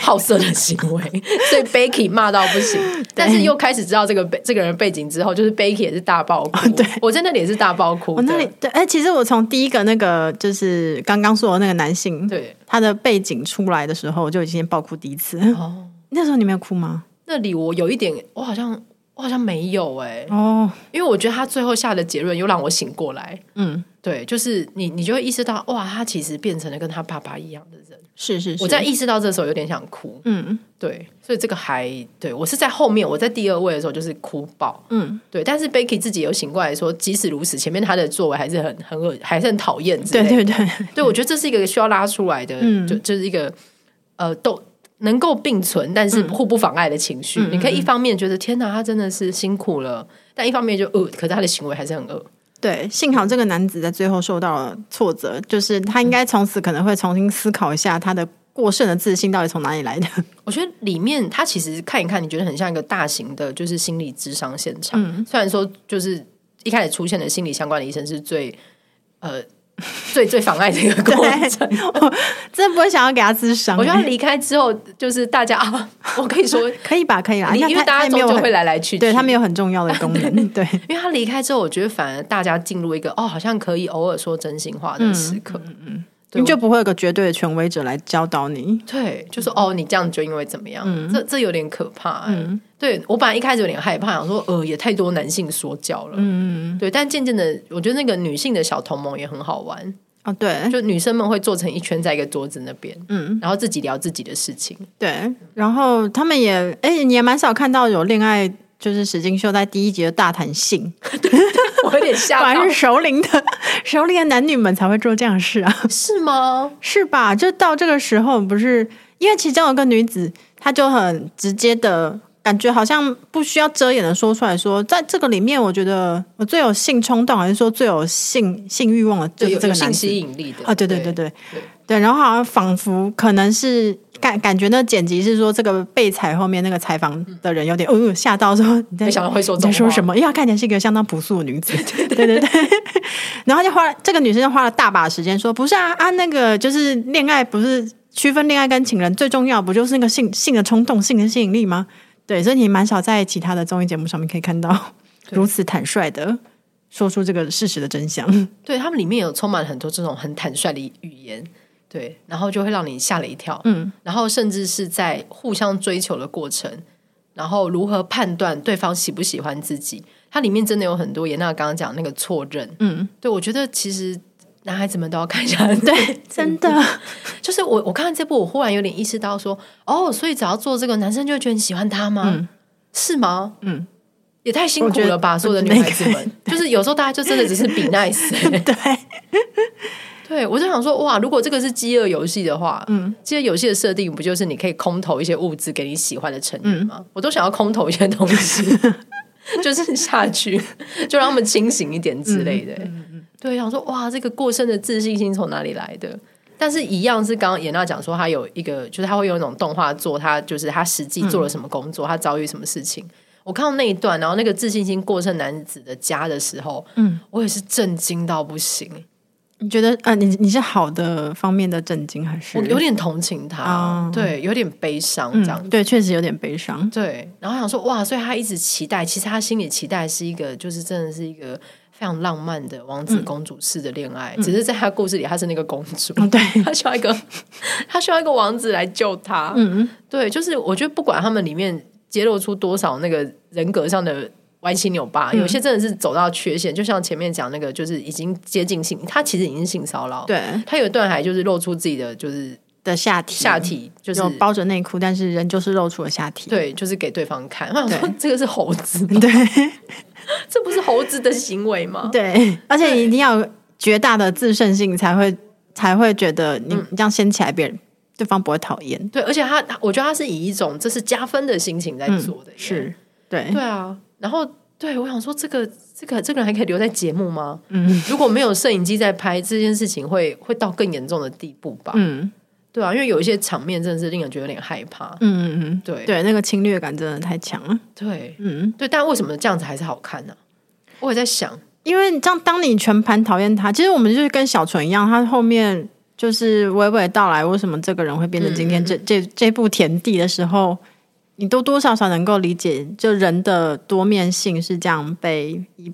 [SPEAKER 3] 好色的行为，所以 Becky 骂到不 行，但是又开始知道这个背这个人背景之后，就是 Becky 也是大爆哭，
[SPEAKER 4] 对
[SPEAKER 3] 我在那里也是大爆哭
[SPEAKER 4] 我
[SPEAKER 3] 的，
[SPEAKER 4] 那里对，哎、其实我从第一个那个就是刚刚说的那个男性，
[SPEAKER 3] 对
[SPEAKER 4] 他的背景出来的时候，我就已经爆哭第一次。
[SPEAKER 3] 哦，
[SPEAKER 4] 那时候你没有哭吗？
[SPEAKER 3] 那里我有一点，我好像我好像没有哎、
[SPEAKER 4] 哦，
[SPEAKER 3] 因为我觉得他最后下的结论又让我醒过来，
[SPEAKER 4] 嗯，
[SPEAKER 3] 对，就是你你就会意识到哇，他其实变成了跟他爸爸一样的人。
[SPEAKER 4] 是是是，
[SPEAKER 3] 我在意识到这时候有点想哭，
[SPEAKER 4] 嗯
[SPEAKER 3] 对，所以这个还对我是在后面，我在第二位的时候就是哭爆，
[SPEAKER 4] 嗯，
[SPEAKER 3] 对。但是 Becky 自己有醒过来说，即使如此，前面他的作为还是很很恶，还是很讨厌之类
[SPEAKER 4] 对
[SPEAKER 3] 的。
[SPEAKER 4] 对对，
[SPEAKER 3] 对我觉得这是一个需要拉出来的，
[SPEAKER 4] 嗯
[SPEAKER 3] 就就是一个呃，都能够并存，但
[SPEAKER 4] 嗯
[SPEAKER 3] 是互不妨碍的情绪。你可以一方面觉得天哪，他真的是辛苦了，但一方面就呃，可是他的行为还是很恶。
[SPEAKER 4] 对，幸好这个男子在最后受到了挫折，就是他应该从此可能会重新思考一下他的过剩的自信到底从哪里来的。
[SPEAKER 3] 我觉得里面它其实看一看，你觉得很像一个大型的，就是心理智商现场。
[SPEAKER 4] 嗯
[SPEAKER 3] 虽然说就是一开始出现的心理相关的医生是最呃最最妨碍这个过程。
[SPEAKER 4] 对，我真的不会想要给他自伤、
[SPEAKER 3] 我觉得他离开之后，就是大家啊，我可以说，
[SPEAKER 4] 可以吧？可以啦，
[SPEAKER 3] 因
[SPEAKER 4] 看
[SPEAKER 3] 为
[SPEAKER 4] 他
[SPEAKER 3] 大
[SPEAKER 4] 他
[SPEAKER 3] 家
[SPEAKER 4] 也没
[SPEAKER 3] 终
[SPEAKER 4] 有
[SPEAKER 3] 究
[SPEAKER 4] 很
[SPEAKER 3] 会来来去去，
[SPEAKER 4] 对他没有很重要的功 能，对，
[SPEAKER 3] 因为他离开之后，我觉得反而大家进入一个哦，好像可以偶尔说真心话的时刻。嗯，对
[SPEAKER 4] 你就不会有个绝对的权威者来教导你。
[SPEAKER 3] 对，就说哦，你这样就因为怎么样？
[SPEAKER 4] 嗯
[SPEAKER 3] 这这有点可怕、欸。对我本来一开始有点害怕，想说呃，也太多男性说教了。嗯，对，但渐渐的，我觉得那个女性的小同盟也很好玩，
[SPEAKER 4] 哦，对，
[SPEAKER 3] 就女生们会坐成一圈在一个桌子那边，嗯，然后自己聊自己的事情。
[SPEAKER 4] 对，然后他们也，哎、你也蛮少看到有恋爱，就是史金秀在第一集的大谈性，
[SPEAKER 3] 我有点吓
[SPEAKER 4] 反
[SPEAKER 3] 到
[SPEAKER 4] 而是，熟龄的 熟龄的男女们才会做这样的事啊，
[SPEAKER 3] 是吗？
[SPEAKER 4] 是吧？就到这个时候，不是因为其中有个女子，她就很直接的。感觉好像不需要遮掩的说出来说，在这个里面，我觉得我最有性冲动，还是说最有性性欲望的，就
[SPEAKER 3] 对，
[SPEAKER 4] 是
[SPEAKER 3] 有
[SPEAKER 4] 这
[SPEAKER 3] 有
[SPEAKER 4] 个
[SPEAKER 3] 性
[SPEAKER 4] 男子
[SPEAKER 3] 吸引力的
[SPEAKER 4] 啊，对对
[SPEAKER 3] 对
[SPEAKER 4] 对对对，然后好像仿佛可能是感感觉那剪辑是说这个被采后面那个采访的人有点呃吓到说你在
[SPEAKER 3] 没想到会说
[SPEAKER 4] 你
[SPEAKER 3] 这种
[SPEAKER 4] 在
[SPEAKER 3] 话
[SPEAKER 4] 说什么，因为她看起来是一个相当朴素的女子， 对对对 然后就花了这个女生就花了大把时间说不是啊啊那个就是恋爱不是区分恋爱跟情人最重要不就是那个性性的冲动性的吸引力吗？对，所以你蛮少在其他的综艺节目上面可以 看到如此坦率的说出这个事实的真相。
[SPEAKER 3] 对他们里面有充满很多这种很坦率的语言，对，然后就会让你吓了一跳，嗯，然后甚至是在互相追求的过程，然后如何判断对方喜不喜欢自己，它里面真的有很多严娜刚刚讲那个错认，嗯，对我觉得其实男孩子们都要看一 下，对，
[SPEAKER 4] 真的，
[SPEAKER 3] 就是我我看完这部，我忽然有点意识到说，哦，所以只要做这个，男生就会觉得你喜欢他吗？是吗？
[SPEAKER 4] 嗯。
[SPEAKER 3] 也太辛
[SPEAKER 4] 我
[SPEAKER 3] 苦
[SPEAKER 4] 觉得
[SPEAKER 3] 了吧！所有的女孩子们，就是有时候大家就真的只是 比 nice，、欸、
[SPEAKER 4] 对。
[SPEAKER 3] 对，我就想说，哇，如果这个是饥饿游戏的话，嗯，饥饿游戏的设定不就是你可以空投一些物资给你喜欢的成员吗？我都想要空投一些东西， 就是下去，就让他们清醒一点之类的。对，想说，哇，这个过剩的自信心从哪里来的？但是，一样是刚刚严娜讲说，她有一个，就是她会用一种动画做，她就是她实际做了什么工作，她遭遇什么事情。我看到那一段，然后那个自信心过剩男子的家的时候，嗯，我也是震惊到不行。
[SPEAKER 4] 你觉得呃，你你是好的方面的震惊还是？
[SPEAKER 3] 我有点同情他，
[SPEAKER 4] 哦
[SPEAKER 3] 对，有点悲伤这样。
[SPEAKER 4] 嗯，对，确实有点悲伤。
[SPEAKER 3] 对，然后想说哇，所以他一直期待，其实他心里期待是一个，就是真的是一个非常浪漫的王子公主式的恋爱，只是在他故事里，他是那个公主，
[SPEAKER 4] 嗯，对，
[SPEAKER 3] 他需要一个他需要一个王子来救他。嗯，对，就是我觉得不管他们里面揭露出多少那个人格上的。歪七扭
[SPEAKER 4] 嗯
[SPEAKER 3] 八，有些真的是走到缺陷，就像前面讲那个，就是已经接近性，他其实已经性骚扰。，
[SPEAKER 4] 对
[SPEAKER 3] 他有一段还就是露出自己的就是
[SPEAKER 4] 的下体，
[SPEAKER 3] 下体，就是
[SPEAKER 4] 嗯有包着内裤，但是人就是露出了下体。
[SPEAKER 3] 对，就是给对方看。我想说
[SPEAKER 4] 对，
[SPEAKER 3] 这个是猴子吗，
[SPEAKER 4] 对
[SPEAKER 3] 这不是猴子的行为吗？
[SPEAKER 4] 哦 对，而且你一定要有绝大的自胜性，才会才会觉得你你这样掀起来，别人对方不会讨厌。
[SPEAKER 3] 对，而且他，他我觉得他是以一种这是加分的心情在做的、，
[SPEAKER 4] 嗯是，对
[SPEAKER 3] 对啊。然后，对我想说，这个这个这个人还可以留在节目吗？嗯，如果没有摄影机在拍这件事情会，会到更严重的地步吧？
[SPEAKER 4] 嗯，
[SPEAKER 3] 对啊，因为有一些场面真的是令人觉得有点害怕。
[SPEAKER 4] 嗯嗯嗯，
[SPEAKER 3] 对
[SPEAKER 4] 对，那个侵略感真的太强了。
[SPEAKER 3] 对
[SPEAKER 4] 嗯，
[SPEAKER 3] 对，但为什么这样子还是好看呢、我也在想，
[SPEAKER 4] 因为这样，当你全盘讨厌他，其实我们就是跟小纯一样，他后面就是娓娓道来为什么这个人会变成今天这、这这步田地的时候，你多多少少能够理解，就人的多面性是这样被一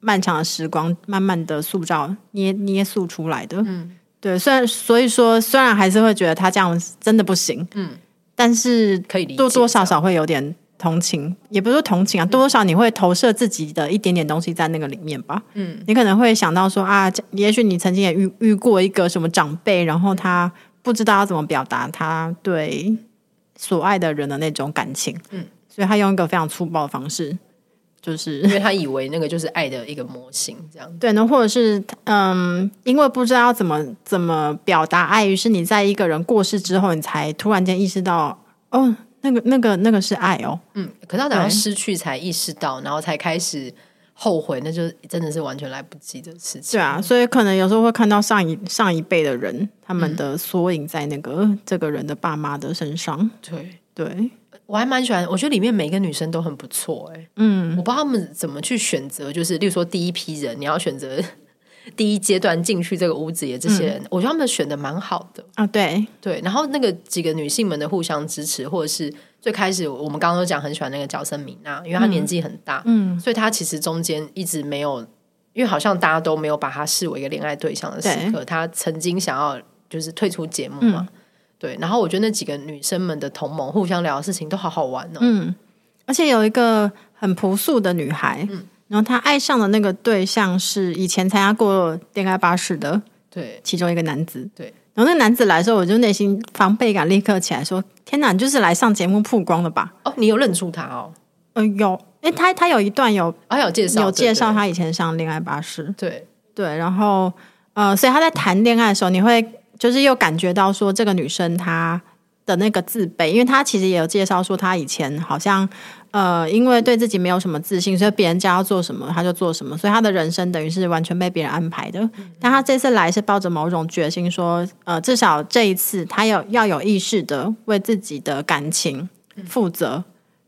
[SPEAKER 4] 漫长的时光慢慢的塑造捏捏塑出来的。嗯，对，虽然所以说，虽然还是会觉得他这样真的不行，嗯，但是
[SPEAKER 3] 可以理解
[SPEAKER 4] 多多少少会有点同情，也不是说同情啊，多多少你会投射自己的一点点东西在那个里面吧。嗯，你可能会想到说啊，这也许你曾经也遇遇过一个什么长辈，然后他不知道要怎么表达他对所爱的人的那种感情，嗯，所以他用一个非常粗暴的方式，就是
[SPEAKER 3] 因为他以为那个就是爱的一个模型，这样。
[SPEAKER 4] 对，那或者是嗯，因为不知道怎么怎么表达爱，于是你在一个人过世之后，你才突然间意识到，哦，那个那个那个是爱哦，
[SPEAKER 3] 嗯，可是他等到
[SPEAKER 4] 对
[SPEAKER 3] 失去才意识到，然后才开始后悔，那就是真的是完全来不及的事情。
[SPEAKER 4] 对啊，所以可能有时候会看到上一上一辈的人他们的缩影在那个、这个人的爸妈的身上，
[SPEAKER 3] 对，
[SPEAKER 4] 对，
[SPEAKER 3] 我还蛮喜欢，我觉得里面每个女生都很不错、哎，
[SPEAKER 4] 嗯
[SPEAKER 3] 我不知道他们怎么去选择，就是例如说第一批人，你要选择 第一阶段进去这个屋子里的这些
[SPEAKER 4] 嗯
[SPEAKER 3] 人，我觉得他们选的蛮好的。
[SPEAKER 4] 啊，对，
[SPEAKER 3] 对，然后那个几个女性们的互相支持，或者是最开始我们刚刚都讲很喜欢那个角色米娜，因为她年纪很大，
[SPEAKER 4] 嗯，
[SPEAKER 3] 所以她其实中间一直没有，因为好像大家都没有把她视为一个恋爱对象的时刻，她曾经想要就是退出节目嘛。
[SPEAKER 4] 嗯
[SPEAKER 3] 对，然后我觉得那几个女生们的同盟互相聊的事情都好好玩哦。
[SPEAKER 4] 嗯，而且有一个很朴素的女孩，
[SPEAKER 3] 嗯
[SPEAKER 4] 然后她爱上的那个对象是以前参加过恋爱巴士的，
[SPEAKER 3] 对，
[SPEAKER 4] 其中一个男子。
[SPEAKER 3] 对，
[SPEAKER 4] 然后那个男子来的时候，我就内心防备感立刻起来，说：“天哪，你就是来上节目曝光的吧
[SPEAKER 3] 哦，你有认出她哦，？”
[SPEAKER 4] 呃，有，哎，他他有一段有
[SPEAKER 3] 还、有介绍，
[SPEAKER 4] 有介绍
[SPEAKER 3] 对不
[SPEAKER 4] 他以前上恋爱巴士，
[SPEAKER 3] 对对，
[SPEAKER 4] 对，然后呃，所以他在谈恋爱的时候，你会就是又感觉到说这个女生她的那个自卑，因为她其实也有介绍说她以前好像呃，因为对自己没有什么自信，所以别人叫她做什么她就做什么，所以她的人生等于是完全被别人安排的。但她这次来是抱着某种决心说，呃，至少这一次她有要有意识的为自己的感情负责。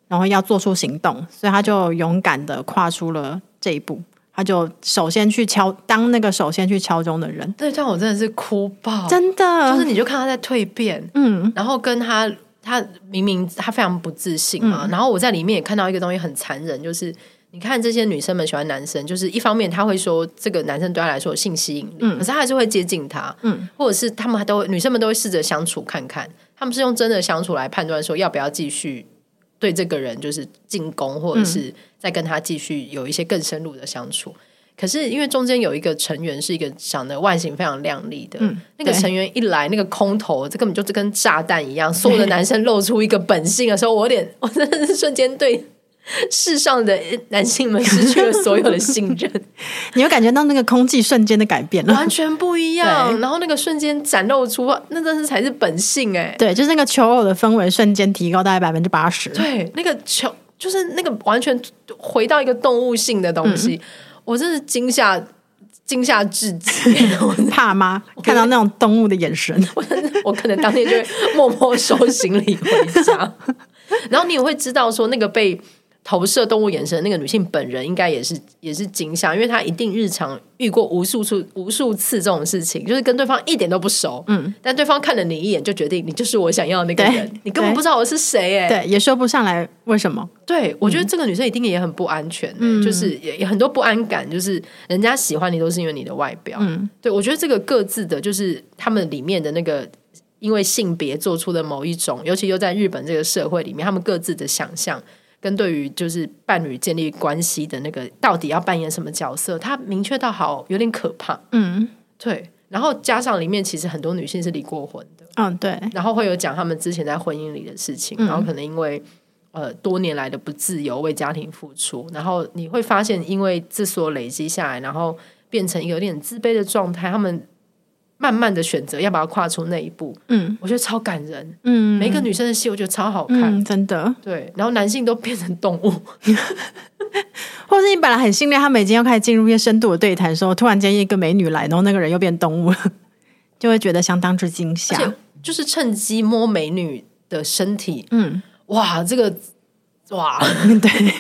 [SPEAKER 4] 然后要做出行动，所以她就勇敢的跨出了这一步。他就首先去敲，当那个首先去敲钟的人，
[SPEAKER 3] 那段我真的是哭爆，
[SPEAKER 4] 真的，
[SPEAKER 3] 就是你就看她在蜕变，
[SPEAKER 4] 嗯
[SPEAKER 3] 然后跟他，他明明他非常不自信嘛，然后我在里面也看到一个东西很残忍，就是你看这些女生们喜欢男生，就是一方面他会说这个男生对他来说有性吸引力，可是他还是会接近他，嗯，或者是他们还都会女生们都会试着相处看看，他们是用真的相处来判断说要不要继续。对这个人就是进攻，或者是再跟他继续有一些更深入的相处。可是因为中间有一个成员是一个长得外形非常靓丽的，那个
[SPEAKER 4] 对
[SPEAKER 3] 成员一来，那个空头，这根本就是跟炸弹一样。所有的男生露出一个本性的时候，我有点，我真的是瞬间对世上的男性们失去了所有的信任，
[SPEAKER 4] 你会感觉到那个空气瞬间的改变 了。
[SPEAKER 3] 完全不一样。
[SPEAKER 4] 对
[SPEAKER 3] 然后那个瞬间展露出，那真是才是本性哎、
[SPEAKER 4] 对，就是那个求偶的氛围瞬间提高大概百分之八十。
[SPEAKER 3] 对，那个球就是那个完全回到一个动物性的东
[SPEAKER 4] 嗯
[SPEAKER 3] 西，我真是惊吓惊吓至极。 我
[SPEAKER 4] 怕吗？看到那种动物的眼神，
[SPEAKER 3] 我我可能当天就会默默收行李回家。 然后你也会知道说，那个被投射动物眼神的那个女性本人，应该也是也是惊吓，因为她一定日常遇过无数次无数次这种事情，就是跟对方一点都不熟，嗯，但对方看了你一眼就决定你就是我想要的那个
[SPEAKER 4] 对
[SPEAKER 3] 人，你根本
[SPEAKER 4] 对
[SPEAKER 3] 不知道我是谁、哎，
[SPEAKER 4] 对，也说不上来为什么。
[SPEAKER 3] 对，我觉得这个女生一定也很不安全、欸就是也也很多不安感，就是人家喜欢你都是因为你的外表。嗯，对，我觉得这个各自的，就是他们里面的那个因为性别做出的某一种，尤其又在日本这个社会里面，他们各自的想象跟对于就是伴侣建立关系的那个到底要扮演什么角色，他明确到好有点可怕。
[SPEAKER 4] 嗯
[SPEAKER 3] 对，然后加上里面其实很多女性是离过婚的。
[SPEAKER 4] 嗯，对，
[SPEAKER 3] 然后会有讲他们之前在婚姻里的事情，
[SPEAKER 4] 嗯
[SPEAKER 3] 然后可能因为呃多年来的不自由为家庭付出，然后你会发现，因为这所累积下来，然后变成一个有点自卑的状态，他们慢慢的选择要不要跨出那一步，
[SPEAKER 4] 嗯
[SPEAKER 3] 我觉得超感人。
[SPEAKER 4] 嗯，
[SPEAKER 3] 每一个女生的戏，我觉得超好看。
[SPEAKER 4] 嗯，真的，
[SPEAKER 3] 对，然后男性都变成动物，
[SPEAKER 4] 或是你本来很信任他们，已经要开始进入一些深度的对谈的时候，突然间一个美女来，然后那个人又变动物了，就会觉得相当之惊
[SPEAKER 3] 而且
[SPEAKER 4] 吓。
[SPEAKER 3] 就是趁机摸美女的身体，
[SPEAKER 4] 嗯，
[SPEAKER 3] 哇，这个哇
[SPEAKER 4] 对，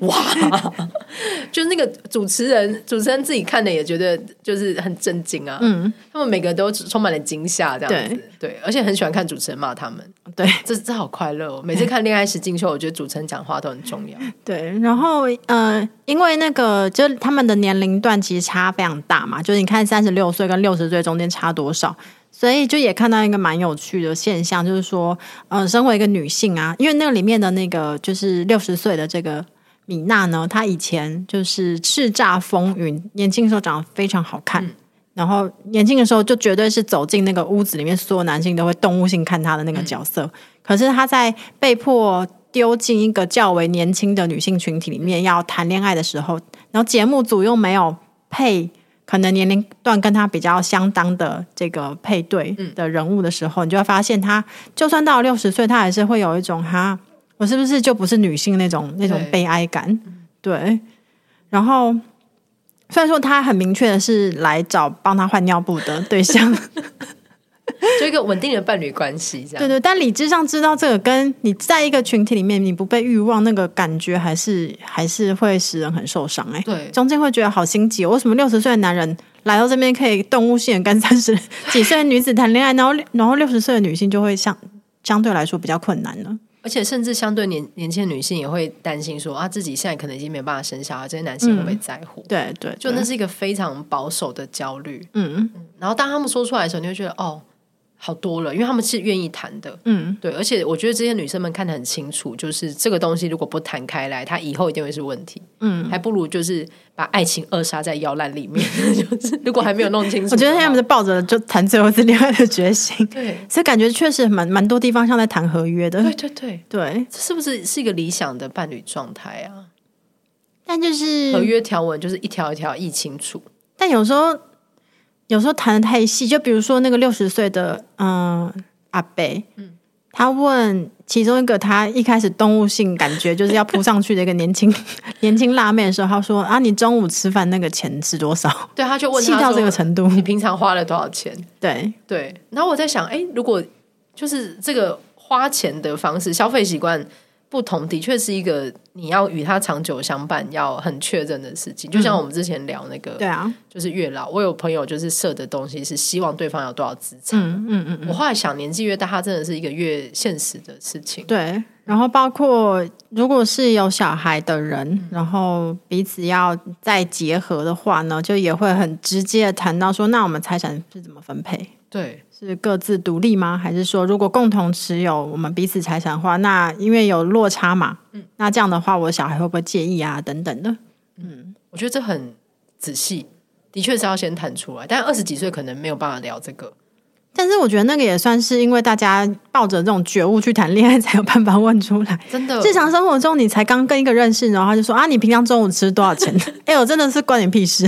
[SPEAKER 3] 哇， 就是那个主持人，主持人自己看的也觉得就是很震惊啊，
[SPEAKER 4] 嗯，
[SPEAKER 3] 他们每个都充满了惊吓，这样子，对，而且很喜欢看主持人骂他们，
[SPEAKER 4] 对
[SPEAKER 3] 这这好快乐 哦！每次看恋爱实境秀，我觉得主持人讲话都很重要，
[SPEAKER 4] 对。然后，呃，因为那个就是他们的年龄段其实差非常大嘛，就是你看三十六岁跟六十岁中间差多少。所以就也看到一个蛮有趣的现象，就是说，呃，身为一个女性啊，因为那个里面的那个就是六十岁的这个米娜呢，她以前就是叱咤风云，年轻的时候长得非常好看，然后年轻的时候就绝对是走进那个屋子里面，所有男性都会动物性看她的那个角色。可是她在被迫丢进一个较为年轻的女性群体里面要谈恋爱的时候，然后节目组又没有配可能年龄段跟她比较相当的这个配对的人物的时候，你就会发现她就算到六十岁，她还是会有一种哈，我是不是就不是女性那种那种
[SPEAKER 3] 对
[SPEAKER 4] 悲哀感？对，然后。虽然说她很明确的是来找帮她换尿布的对象，
[SPEAKER 3] 就一个稳定的伴侣关系，这样
[SPEAKER 4] 对对，但理智上知道这个跟你在一个群体里面你不被欲望那个感觉，还是还是会使人很受伤哎、
[SPEAKER 3] 对
[SPEAKER 4] 中间会觉得好心急哦，为什么六十岁的男人来到这边可以动物性的跟三十 几岁的女子谈恋爱，然后然后六十岁的女性就会相相对来说比较困难呢？
[SPEAKER 3] 而且甚至相对年年轻的女性也会担心说啊，自己现在可能已经没有办法生小孩，这些男性
[SPEAKER 4] 嗯
[SPEAKER 3] 会不会在乎？
[SPEAKER 4] 对对，
[SPEAKER 3] 就那
[SPEAKER 4] 对
[SPEAKER 3] 是一个非常保守的焦虑。
[SPEAKER 4] 嗯
[SPEAKER 3] 然后当他们说出来的时候，你会觉得哦，好多了，因为他们是愿意谈的。
[SPEAKER 4] 嗯
[SPEAKER 3] 对，而且我觉得这些女生们看得很清楚，就是这个东西如果不谈开来，它以后一定会是问题。
[SPEAKER 4] 嗯，
[SPEAKER 3] 还不如就是把爱情扼杀在摇篮里 面。就是如果还没有弄清楚的话，
[SPEAKER 4] 我觉得他们是抱着就谈最后一次恋爱的决心，
[SPEAKER 3] 对
[SPEAKER 4] 所以感觉确实蛮蛮多地方像在谈合约的，
[SPEAKER 3] 对对对，
[SPEAKER 4] 对，
[SPEAKER 3] 这是不是是一个理想的伴侣状态啊？
[SPEAKER 4] 但就是
[SPEAKER 3] 合约条文就是一条一条议清楚。
[SPEAKER 4] 但有时候有时候谈的太细，就比如说那个六十岁的嗯、阿伯，
[SPEAKER 3] 嗯
[SPEAKER 4] 他问其中一个他一开始动物性感觉就是要扑上去的一个 年轻年轻辣妹的时候，他说啊，你中午吃饭那个钱是多少？
[SPEAKER 3] 对，他就问
[SPEAKER 4] 细
[SPEAKER 3] 他
[SPEAKER 4] 到
[SPEAKER 3] 说
[SPEAKER 4] 这个程 度，
[SPEAKER 3] 你平常花了多少钱？
[SPEAKER 4] 对
[SPEAKER 3] 对，然后我在想，哎，如果就是这个花钱的方式、消费习惯不同，的确是一个你要与它长久相伴、要很确认的事情。就像我们之前聊那个，
[SPEAKER 4] 嗯对啊，
[SPEAKER 3] 就是月老，我有朋友就是设的东西是希望对方有多少资产。
[SPEAKER 4] 嗯嗯嗯嗯，
[SPEAKER 3] 我后来想，年纪越大，它真的是一个越现实的事情。
[SPEAKER 4] 对。然后包括如果是有小孩的
[SPEAKER 3] 嗯
[SPEAKER 4] 人，然后彼此要再结合的话呢，就也会很直接的谈到说，那我们财产是怎么分配？
[SPEAKER 3] 对，
[SPEAKER 4] 是各自独立吗？还是说，如果共同持有我们彼此财产的话，那因为有落差嘛，嗯，那这样的话，我小孩会不会介意啊？等等的，
[SPEAKER 3] 我觉得这很仔细，的确是要先谈出来。但二十几岁可能没有办法聊这个。
[SPEAKER 4] 但是我觉得那个也算是因为大家抱着这种觉悟去谈恋爱，才有办法问出来。
[SPEAKER 3] 真的，
[SPEAKER 4] 日常生活中，你才刚跟一个认识，然后他就说啊，你平常中午吃多少钱？哎、我真的是关你屁事。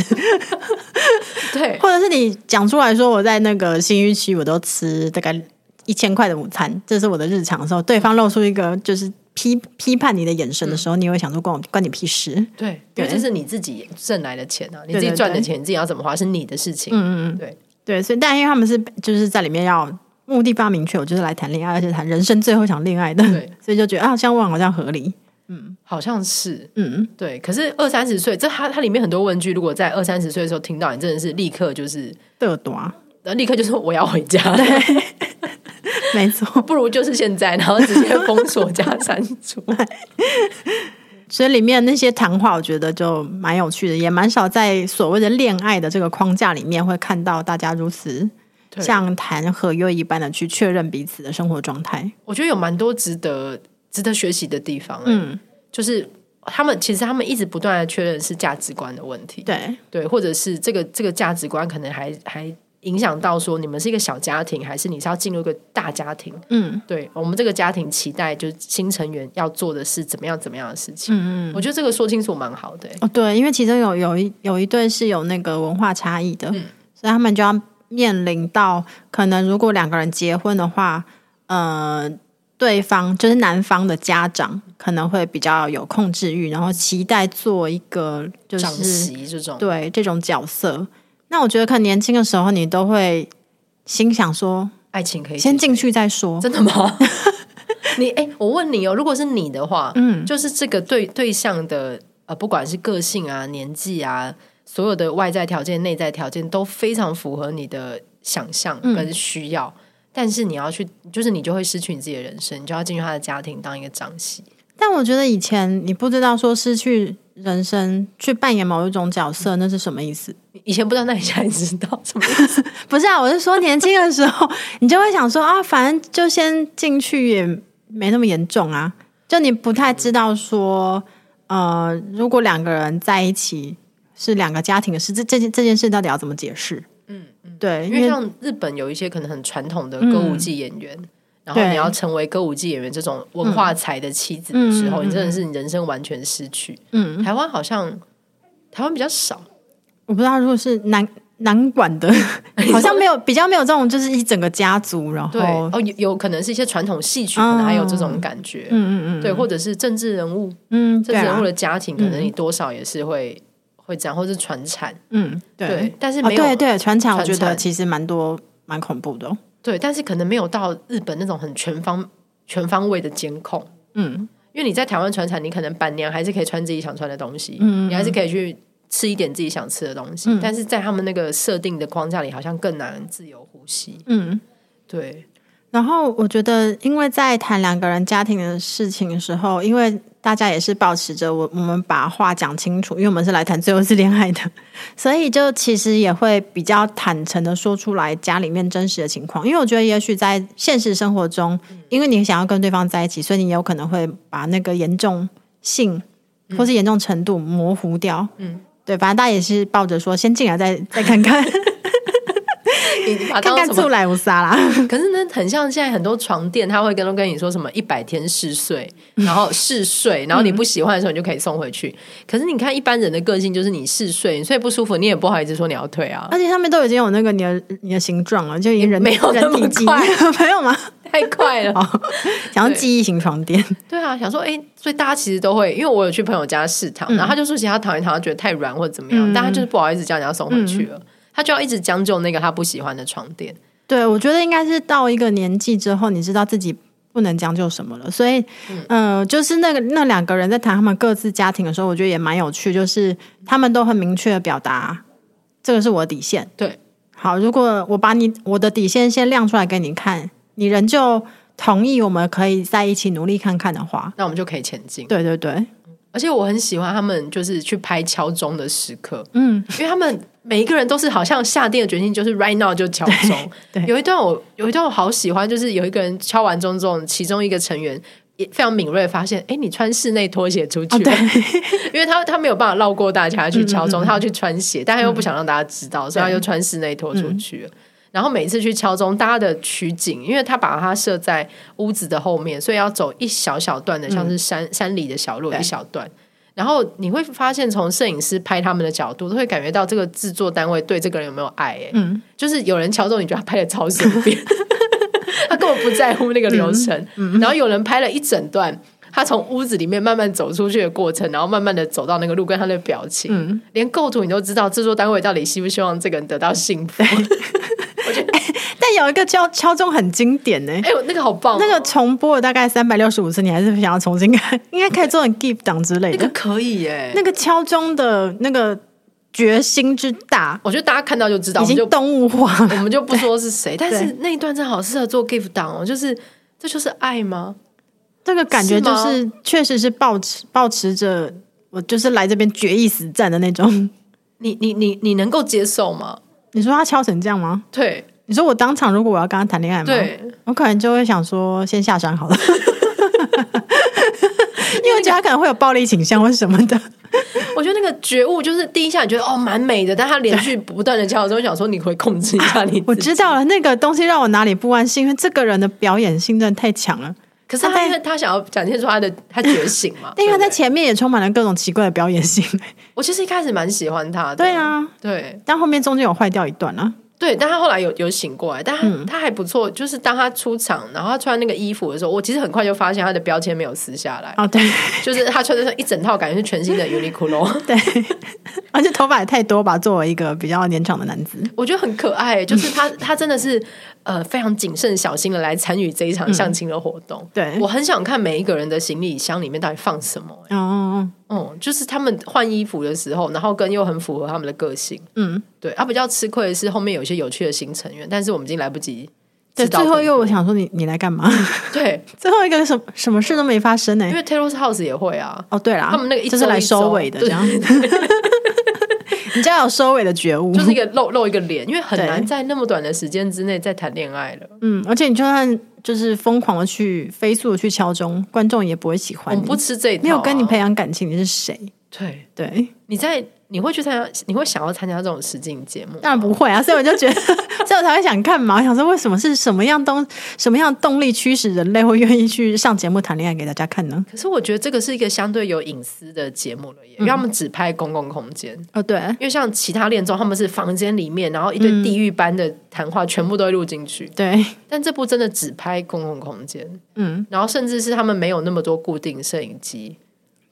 [SPEAKER 3] 对
[SPEAKER 4] 或者是你讲出来说我在那个新一区我都吃大概一千块的午餐，这是我的日常的时候，对方露出一个就是批批判你的眼神的时候，你也会想说关我关你屁事？
[SPEAKER 3] 对，因为这是你自己挣来的钱啊，你自
[SPEAKER 4] 对
[SPEAKER 3] 己
[SPEAKER 4] 对
[SPEAKER 3] 赚的
[SPEAKER 4] 对
[SPEAKER 3] 钱，你自己要怎么花是你的事情。
[SPEAKER 4] 嗯嗯，嗯
[SPEAKER 3] 对
[SPEAKER 4] 对，所以但因为他们是就是在里面要目的非常明确，我就是来谈恋爱，而且谈人生最后一场恋爱的
[SPEAKER 3] 对，
[SPEAKER 4] 所以就觉得啊，这样问好像合理。
[SPEAKER 3] 好像是
[SPEAKER 4] 嗯，
[SPEAKER 3] 对。可是二三十岁，这它它里面很多问句，如果在二三十岁的时候听到，你真的是立刻就是，
[SPEAKER 4] 得多啊，
[SPEAKER 3] 呃立刻就说我要回家，
[SPEAKER 4] 没错。
[SPEAKER 3] 不如就是现在，然后直接封锁加删 除。
[SPEAKER 4] 所以里面那些谈话，我觉得就蛮有趣的，也蛮少在所谓的恋爱的这个框架里面会看到大家如此
[SPEAKER 3] 对
[SPEAKER 4] 像谈合约一般的去确认彼此的生活状态。
[SPEAKER 3] 我觉得有蛮多值得值得学习的地方、嗯，
[SPEAKER 4] 嗯，
[SPEAKER 3] 就是他们其实他们一直不断的确认是价值观的问题，
[SPEAKER 4] 对，
[SPEAKER 3] 对，或者是这个这个价值观可能还还影响到说你们是一个小家庭，还是你是要进入一个大家庭？
[SPEAKER 4] 嗯
[SPEAKER 3] 对我们这个家庭期待就是新成员要做的是怎么样怎么样的事情。
[SPEAKER 4] 嗯嗯，
[SPEAKER 3] 我觉得这个说清楚蛮好的、欸
[SPEAKER 4] 哦对，因为其中有有一有一对是有那个文化差异的，所以他们就要面临到可能如果两个人结婚的话，呃，对方就是男方的家长可能会比较有控制欲，然后期待做一个就是
[SPEAKER 3] 长媳这种，
[SPEAKER 4] 对这种角色。那我觉得，可能年轻的时候你都会心想说：“
[SPEAKER 3] 爱情可以
[SPEAKER 4] 先
[SPEAKER 3] 解决
[SPEAKER 4] 进去再说。
[SPEAKER 3] 真的吗？哦 你哎、我问你哦，如果是你的话，
[SPEAKER 4] 嗯
[SPEAKER 3] 就是这个对对象的呃，不管是个性啊、年纪啊，所有的外在条件、内在条件都非常符合你的想象跟需要，但是你要去，就是你就会失去你自己的人生，你就要进入他的家庭当一个长媳。
[SPEAKER 4] 但我觉得以前你不知道说失去人生去扮演某一种角色，那是什么意思？
[SPEAKER 3] 以前不知道，那你现在知道什么意思？
[SPEAKER 4] 不是啊，我是说年轻的时候，你就会想说啊，反正就先进去也没那么严重啊。就你不太知道说，呃，如果两个人在一起是两个家庭的事，这这件这件事到底要怎么解释？
[SPEAKER 3] 嗯
[SPEAKER 4] 嗯，对，
[SPEAKER 3] 因为
[SPEAKER 4] 因为嗯
[SPEAKER 3] 像日本有一些可能很传统的歌舞伎演员，然后
[SPEAKER 4] 对
[SPEAKER 3] 你要成为歌舞伎演员这种文化财的妻子的时候，你真的是你人生完全失去。
[SPEAKER 4] 嗯，哦
[SPEAKER 3] 台湾好像台湾比较少，
[SPEAKER 4] 我不知道，如果是男男管 的，好像没有比较没有这种，就是一整个家族，然
[SPEAKER 3] 对
[SPEAKER 4] 后嗯
[SPEAKER 3] 哦，有有可能是一些传统戏曲，可能还有这种感觉。
[SPEAKER 4] 哦嗯嗯嗯
[SPEAKER 3] 对，或者是政治人物，
[SPEAKER 4] 嗯，
[SPEAKER 3] 政
[SPEAKER 4] 对
[SPEAKER 3] 治人
[SPEAKER 4] 啊
[SPEAKER 3] 物，的家庭，可能你多少也是会、会这样，或是传产，
[SPEAKER 4] 嗯
[SPEAKER 3] 对
[SPEAKER 4] 对，，
[SPEAKER 3] 但是
[SPEAKER 4] 哦
[SPEAKER 3] 没有、
[SPEAKER 4] 对对，传产我觉
[SPEAKER 3] 传
[SPEAKER 4] 得
[SPEAKER 3] 产
[SPEAKER 4] 其实蛮多蛮恐怖的哦、
[SPEAKER 3] 对，但是可能没有到日本那种很全方全方位的监控。
[SPEAKER 4] 嗯
[SPEAKER 3] 因为你在台湾传产，你可能板娘还是可以穿自己想穿的东西，
[SPEAKER 4] 嗯嗯
[SPEAKER 3] 你还是可以去吃一点自己想吃的东西，
[SPEAKER 4] 嗯
[SPEAKER 3] 但是在他们那个设定的框架里，好像更难自由呼吸。
[SPEAKER 4] 嗯。
[SPEAKER 3] 对，
[SPEAKER 4] 然后我觉得，因为在谈两个人家庭的事情的时候，因为大家也是保持着我我们把话讲清楚，因为我们是来谈最后一次恋爱的，所以就其实也会比较坦诚的说出来家里面真实的情况。因为我觉得，也许在现实生活中，因为你想要跟对方在一起，所以你有可能会把那个严重性或是严重程度模糊掉。
[SPEAKER 3] 嗯
[SPEAKER 4] 嗯，对，反正大家也是抱着说先进来再再看看，
[SPEAKER 3] 你把它
[SPEAKER 4] 看
[SPEAKER 3] 当
[SPEAKER 4] 看
[SPEAKER 3] 什
[SPEAKER 4] 出
[SPEAKER 3] 么？
[SPEAKER 4] 来无沙啦。
[SPEAKER 3] 可是呢，很像现在很多床垫，他会跟都跟你说什么一百天试睡，然后试睡，然后你
[SPEAKER 4] 嗯
[SPEAKER 3] 不喜欢的时候你就可以送回去。可是你看一般人的个性就是你试睡，所以不舒服你也不好意思说你要退 啊，
[SPEAKER 4] 而且上面都已经有那个你的你的形状了，就已经人
[SPEAKER 3] 没有那
[SPEAKER 4] 人
[SPEAKER 3] 么
[SPEAKER 4] 体机，
[SPEAKER 3] 快
[SPEAKER 4] 没有 吗？
[SPEAKER 3] 太快了。
[SPEAKER 4] 哦，想要记忆型床垫，
[SPEAKER 3] 对啊，想说哎、诶所以大家其实都会，因为我有去朋友家试躺，
[SPEAKER 4] 嗯
[SPEAKER 3] 然后他就说其实他躺一躺，他觉得太软或者怎么样，但他就是不好意思叫人家送回去了，啊
[SPEAKER 4] 嗯
[SPEAKER 3] 他就要一直将就那个他不喜欢的床垫。
[SPEAKER 4] 对我觉得应该是到一个年纪之后，你知道自己不能将就什么了，所以，嗯、呃，就是那个那两个人在谈他们各自家庭的时候，我觉得也蛮有趣，就是他们都很明确的表达这个是我的底线。
[SPEAKER 3] 对，
[SPEAKER 4] 好，如果我把你我的底线先亮出来给你看，你仍旧同意我们可以在一起努力看看的话，
[SPEAKER 3] 那我们就可以前进。
[SPEAKER 4] 对对哦对，
[SPEAKER 3] 而且我很喜欢他们就是去拍敲钟的时刻，
[SPEAKER 4] 嗯，
[SPEAKER 3] 因为他们每一个人都是好像下定了决心，就是 right now 就敲钟。
[SPEAKER 4] 对对
[SPEAKER 3] 有一段我有一段我好喜欢，就是有一个人敲完钟之后，其中一个成员也非常敏锐地发现，哎，你穿室内拖鞋出去
[SPEAKER 4] 哦
[SPEAKER 3] 了，
[SPEAKER 4] 对
[SPEAKER 3] 因为他他没有办法绕过大家去
[SPEAKER 4] 嗯
[SPEAKER 3] 敲钟，他要去穿鞋，但他又不想让大家知道，所以他就穿室内拖
[SPEAKER 4] 嗯
[SPEAKER 3] 出去了。然后每次去敲钟，大家的取景，因为他把它设在屋子的后面，所以要走一小小段的，像是山、山里的小路
[SPEAKER 4] 嗯对
[SPEAKER 3] 一小段。然后你会发现，从摄影师拍他们的角度，都会感觉到这个制作单位对这个人有没有爱、欸。
[SPEAKER 4] 嗯
[SPEAKER 3] 就是有人敲钟，你觉得他拍的超随便， 他根本不在乎那个流程。
[SPEAKER 4] 嗯
[SPEAKER 3] 然后有人拍了一整段，他从屋子里面慢慢走出去的过程，然后慢慢的走到那个路，跟他的表情，
[SPEAKER 4] 嗯。
[SPEAKER 3] 连构图你都知道制作单位到底希不希望这个人得到幸 福。我觉得，
[SPEAKER 4] 但有一个敲敲钟很经典呢、欸
[SPEAKER 3] 哎、呦，那个好棒哦、
[SPEAKER 4] 那个重播了大概三百六十五次，你还是想要重新看， 应该可以做成 GIF 档之类
[SPEAKER 3] 那个
[SPEAKER 4] 的。
[SPEAKER 3] 可以耶、
[SPEAKER 4] 那个敲钟的那个决心之大，
[SPEAKER 3] 我觉得大家看到就知道，
[SPEAKER 4] 已
[SPEAKER 3] 我们就哎
[SPEAKER 4] 经动物化了。
[SPEAKER 3] 我们就不说是谁，但
[SPEAKER 4] 对
[SPEAKER 3] 是那一段真的好适合做 GIF 档哦，就是这就是爱吗？
[SPEAKER 4] 这个感觉就是是，确实是抱持抱持着我就是来这边决一死战的那种。
[SPEAKER 3] 你你你你能够接受吗？
[SPEAKER 4] 你说他敲成这样吗？
[SPEAKER 3] 对
[SPEAKER 4] 你说我当场如果我要跟他谈恋爱吗？
[SPEAKER 3] 对，
[SPEAKER 4] 我可能就会想说先下山好 了，因为我觉得他可能会有暴力倾向或什么的。
[SPEAKER 3] 我觉得那个觉悟就是第一下你觉得哦蛮美的，但他连续不断的敲的时候，想说你会控制一下你
[SPEAKER 4] 我
[SPEAKER 3] 自己。
[SPEAKER 4] 知道了，那个东西让我哪里不安，是因为这个人的表演性真的太强了。
[SPEAKER 3] 可是
[SPEAKER 4] 他
[SPEAKER 3] 他
[SPEAKER 4] 在
[SPEAKER 3] 因为他想要展现出他的他觉醒嘛
[SPEAKER 4] ，但因为他
[SPEAKER 3] 对
[SPEAKER 4] 在
[SPEAKER 3] 不对
[SPEAKER 4] 前面也充满了各种奇怪的表演性，
[SPEAKER 3] 我其实一开始蛮喜欢他的，
[SPEAKER 4] 对，啊，
[SPEAKER 3] 对
[SPEAKER 4] 但后面中间有坏掉一段啊。
[SPEAKER 3] 对，但他后来有有醒过来，但他、
[SPEAKER 4] 嗯
[SPEAKER 3] 他还不错，就是当他出场，然后他穿那个衣服的时候，我其实很快就发现他的标 签没有撕下来，
[SPEAKER 4] 哦，对
[SPEAKER 3] 就是他穿的一整套感觉是全新的 Uniqlo，
[SPEAKER 4] 对，而且头发也太多吧，作为一个比较年长的男子，
[SPEAKER 3] 我觉得很可爱，就是 他他真的是呃非常谨慎小心的来参与这一场相亲的活动。
[SPEAKER 4] 嗯对
[SPEAKER 3] 我很想看每一个人的行李箱里面到底放什么、欸
[SPEAKER 4] 哦，
[SPEAKER 3] 嗯，就是他们换衣服的时候，然后跟又很符合他们的个性。
[SPEAKER 4] 嗯，
[SPEAKER 3] 对，啊，比较吃亏的是后面有一些有趣的新成员，但是我们已经来不及
[SPEAKER 4] 对，
[SPEAKER 3] 知道
[SPEAKER 4] 最
[SPEAKER 3] 更多。
[SPEAKER 4] 后一个我想说你你来干嘛？
[SPEAKER 3] 对，
[SPEAKER 4] 最后一个什么什么事都没发生呢、欸
[SPEAKER 3] 因为 Taylor House 也会 啊，
[SPEAKER 4] 哦，对啦，
[SPEAKER 3] 他们那个一
[SPEAKER 4] 就
[SPEAKER 3] 周
[SPEAKER 4] 是来
[SPEAKER 3] 一周
[SPEAKER 4] 收尾的这
[SPEAKER 3] 对
[SPEAKER 4] 样， 你这样有收尾的觉悟，
[SPEAKER 3] 就是一个露露一个脸，因为很
[SPEAKER 4] 对
[SPEAKER 3] 难在那么短的时间之内再谈恋爱了。
[SPEAKER 4] 嗯，而且你就算就是疯狂的去飞速的去敲钟，观众也不会喜
[SPEAKER 3] 我
[SPEAKER 4] 欢
[SPEAKER 3] 们
[SPEAKER 4] 你，
[SPEAKER 3] 不吃这一套、啊，
[SPEAKER 4] 没有跟你培养感情，你是谁？
[SPEAKER 3] 对，
[SPEAKER 4] 对，
[SPEAKER 3] 你在你会去参加，你会想要参加这种实境节目？
[SPEAKER 4] 当然不会啊，所以我就觉得， 所以我才会想干嘛？我想说，为什么是什么样东什么样的动力驱使人类会愿意去上节目谈恋爱给大家看呢？
[SPEAKER 3] 可是我觉得这个是一个相对有隐私的节目
[SPEAKER 4] 嗯
[SPEAKER 3] 了耶，因为他们只拍公共空间。
[SPEAKER 4] 哦，对
[SPEAKER 3] 因为像其他恋综，他们是房间里面，然后一堆地狱般的谈话全部都会录进去。
[SPEAKER 4] 对，
[SPEAKER 3] 但这部真的只拍公共空间，
[SPEAKER 4] 嗯，
[SPEAKER 3] 然后甚至是他们没有那么多固定摄影机，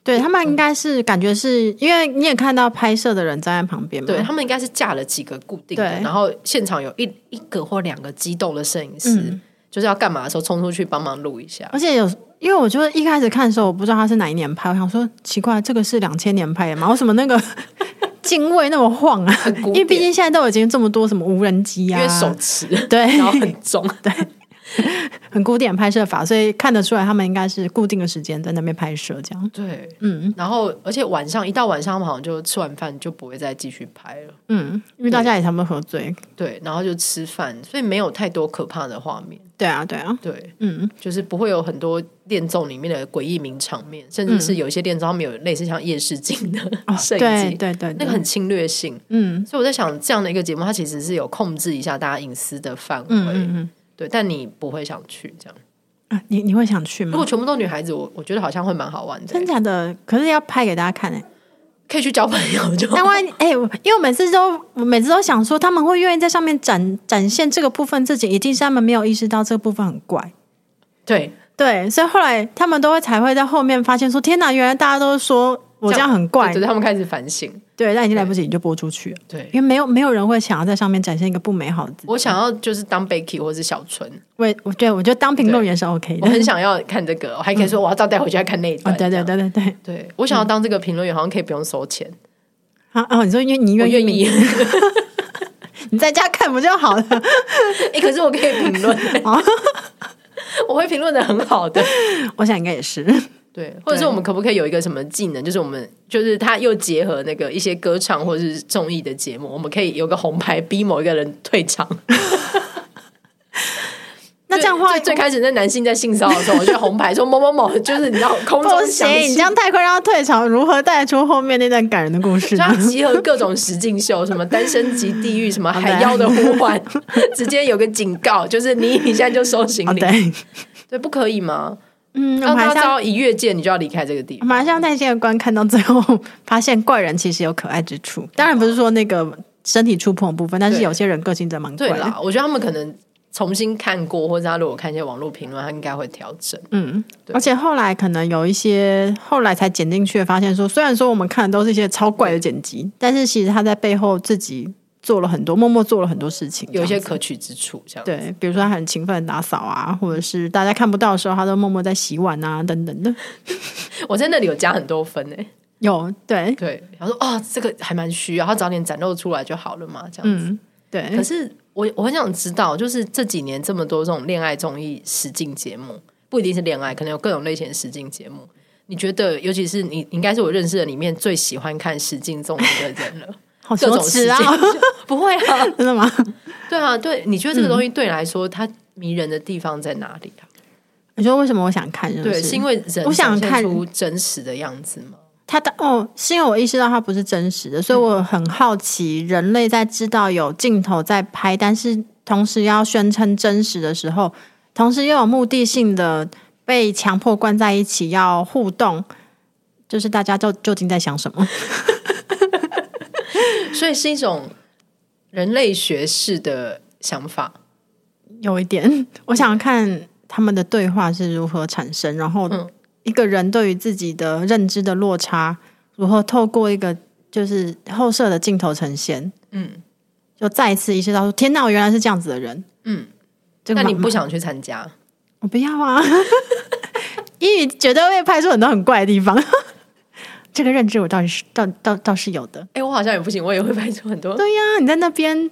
[SPEAKER 4] 对他们应该是感觉是因为你也看到拍摄的人站在旁边嘛，
[SPEAKER 3] 对他们应该是架了几个固定的，
[SPEAKER 4] 嗯对
[SPEAKER 3] 然后现场有一一个或两个激动的摄影师，
[SPEAKER 4] 嗯
[SPEAKER 3] 就是要干嘛的时候冲出去帮忙录一下。
[SPEAKER 4] 而且有，因为我就是一开始看的时候，我不知道他是哪一年拍，我想说奇怪，这个是两千年拍的吗？为什么那个 镜位那么晃啊？
[SPEAKER 3] 古典
[SPEAKER 4] 因为毕竟现在都已经这么多什么无人机
[SPEAKER 3] 因
[SPEAKER 4] 啊，
[SPEAKER 3] 为手持，
[SPEAKER 4] 对
[SPEAKER 3] 然后很 重，
[SPEAKER 4] 很古典拍摄法，所以看得出来他们应该是固定的时间在那边拍摄这样。
[SPEAKER 3] 对，
[SPEAKER 4] 嗯
[SPEAKER 3] 然后而且晚上一到晚上，他们好像就吃完饭就不会再继续拍了，
[SPEAKER 4] 嗯，因为大家也差不多喝醉，
[SPEAKER 3] 对，然后就吃饭，所以没有太多可怕的画面，
[SPEAKER 4] 对啊对啊，
[SPEAKER 3] 对，
[SPEAKER 4] 嗯
[SPEAKER 3] 就是不会有很多恋综里面的诡异名场面，甚至是有一些恋综他们有类似像夜视镜的 哦摄影
[SPEAKER 4] 哦对
[SPEAKER 3] 机，
[SPEAKER 4] 对对，
[SPEAKER 3] 那个很侵略性。
[SPEAKER 4] 嗯
[SPEAKER 3] 所以我在想，这样的一个节目，它其实是有控制一下大家隐私的范围，
[SPEAKER 4] 嗯嗯嗯
[SPEAKER 3] 对。但你不会想去这样。
[SPEAKER 4] 啊，你你会想去
[SPEAKER 3] 如果
[SPEAKER 4] 吗？
[SPEAKER 3] 全部都女孩子，我我觉得好像会蛮好玩的、
[SPEAKER 4] 真假的，可是要拍给大家看哎、
[SPEAKER 3] 可以去交朋友就。
[SPEAKER 4] 但万一哎、我因为我每次都我每次都想说，他们会愿意在上面展展现这个部分自己，一定是他们没有意识到这个部分很怪。
[SPEAKER 3] 对，
[SPEAKER 4] 对，所以后来他们都会才会在后面发现说，天哪，原来大家都说我这样很怪。
[SPEAKER 3] 对，对他们开始反省。
[SPEAKER 4] 对，但已经来不及，你就播出去了，
[SPEAKER 3] 对
[SPEAKER 4] 因，为没有没有人会想要在上面展现一个不美好的自己。
[SPEAKER 3] 我想要就是当 Becky 或是小纯，
[SPEAKER 4] 我也我对我觉得当评论员是 OK
[SPEAKER 3] 我
[SPEAKER 4] 的。
[SPEAKER 3] 很想要看这个，我还可以说我要照带回去再看那一
[SPEAKER 4] 嗯哦，
[SPEAKER 3] 段。
[SPEAKER 4] 对对
[SPEAKER 3] 这样
[SPEAKER 4] 对对对，
[SPEAKER 3] 对，我想要当这个评论员，好像可以不用收钱，
[SPEAKER 4] 啊哦，你说因为你
[SPEAKER 3] 我
[SPEAKER 4] 愿
[SPEAKER 3] 愿
[SPEAKER 4] 意，
[SPEAKER 3] 意。
[SPEAKER 4] 你在家看不就好了？
[SPEAKER 3] 哎、可是我可以评论、
[SPEAKER 4] 哦
[SPEAKER 3] 我会评论的很好的。
[SPEAKER 4] 我想应该 也是。
[SPEAKER 3] 对，或者是我们可不可以有一个什么技能，就是我们就是它又结合那个一些歌唱或者是综艺的节目，我们可以有个红牌逼某一个人退场。
[SPEAKER 4] 那 这样的话
[SPEAKER 3] 最最开始那男性在性骚扰的时候，我就红牌说某某某，就是你知道空
[SPEAKER 4] 不
[SPEAKER 3] 中
[SPEAKER 4] 行
[SPEAKER 3] 响，
[SPEAKER 4] 你
[SPEAKER 3] 起
[SPEAKER 4] 这。样太快让他退场，如何带出后面那段感人的故事
[SPEAKER 3] 就
[SPEAKER 4] 呢
[SPEAKER 3] 要？集合各种实境秀，什么单身级地狱，什么海妖的呼唤，直接有个警告，就是你你现在就收行
[SPEAKER 4] 哦，
[SPEAKER 3] 李，
[SPEAKER 4] 对，
[SPEAKER 3] 对，不可以吗？
[SPEAKER 4] 嗯，我
[SPEAKER 3] 让
[SPEAKER 4] 们
[SPEAKER 3] 大
[SPEAKER 4] 还是
[SPEAKER 3] 家知
[SPEAKER 4] 要
[SPEAKER 3] 道哦一越界，你就要离开这个地方。
[SPEAKER 4] 马上带线观看到最后，发现怪人其实有可爱之处。当然不是说那个身体触碰的部分，但是
[SPEAKER 3] 对
[SPEAKER 4] 有些人个性真的蛮怪
[SPEAKER 3] 对
[SPEAKER 4] 的。
[SPEAKER 3] 啦，我觉得他们可能重新看过，或者他如果看一些网络评论，他应该会调整。
[SPEAKER 4] 嗯，
[SPEAKER 3] 对
[SPEAKER 4] 而且后来可能有一些后来才剪进去，发现说虽然说我们看的都是一些超怪的剪辑，但是其实他在背后自己做了很多，默默做了很多事情。
[SPEAKER 3] 有一
[SPEAKER 4] 这
[SPEAKER 3] 些
[SPEAKER 4] 样子
[SPEAKER 3] 可取之处，这样。
[SPEAKER 4] 对，比如说他很勤奋地打扫啊，或者是大家看不到的时候，他都默默在洗碗啊，等等的。
[SPEAKER 3] 我在那里有加很多分诶、欸
[SPEAKER 4] 有对，
[SPEAKER 3] 对，然后说哦，这个还蛮需要，他早点展露出来就好了嘛，这样子。
[SPEAKER 4] 嗯，对。
[SPEAKER 3] 可是我我很想知道，就是这几年这么多这种恋爱综艺实境节目，不一定是恋爱，可能有各种类型的实境节目。你觉得，尤其是你，你应该是我认识的里面最喜欢看实境综艺的人 了。
[SPEAKER 4] 好
[SPEAKER 3] 各
[SPEAKER 4] 羞
[SPEAKER 3] 种
[SPEAKER 4] 耻
[SPEAKER 3] 实
[SPEAKER 4] 啊
[SPEAKER 3] 境！， 不会啊，
[SPEAKER 4] 真的吗？
[SPEAKER 3] 对啊，对，你觉得这个
[SPEAKER 4] 嗯
[SPEAKER 3] 东西对你来说，它迷人的地方在哪里啊？
[SPEAKER 4] 你说为什么我想看嗯是不
[SPEAKER 3] 对，是因为人
[SPEAKER 4] 我想
[SPEAKER 3] 展现
[SPEAKER 4] 看
[SPEAKER 3] 出真实的样子吗？
[SPEAKER 4] 它的哦，是因为我意识到它不是真实的，所以我很好奇，人类在知道有镜头在拍，但是同时要宣称真实的时候，同时又有目的性的被强迫关在一起要互动，就是大家究究竟在想什么？
[SPEAKER 3] 所以是一种人类学式的想法。
[SPEAKER 4] 有一点， 我
[SPEAKER 3] 嗯
[SPEAKER 4] 想看他们的对话是如何产生，然后
[SPEAKER 3] 嗯
[SPEAKER 4] 一个人对于自己的认知的落差，如何透过一个就是后摄的镜头呈现，
[SPEAKER 3] 嗯
[SPEAKER 4] 就再一次意识到说，天哪，我原来是这样子的人。
[SPEAKER 3] 嗯，
[SPEAKER 4] 这个
[SPEAKER 3] 那你
[SPEAKER 4] 蛮
[SPEAKER 3] 不想去参加？
[SPEAKER 4] 我不要啊！ 英语绝对会拍出很多很怪的地方。 这个认知我倒是倒倒倒是有的。
[SPEAKER 3] 哎、我好像也不行，我也会拍出很 多
[SPEAKER 4] 对呀、你在那边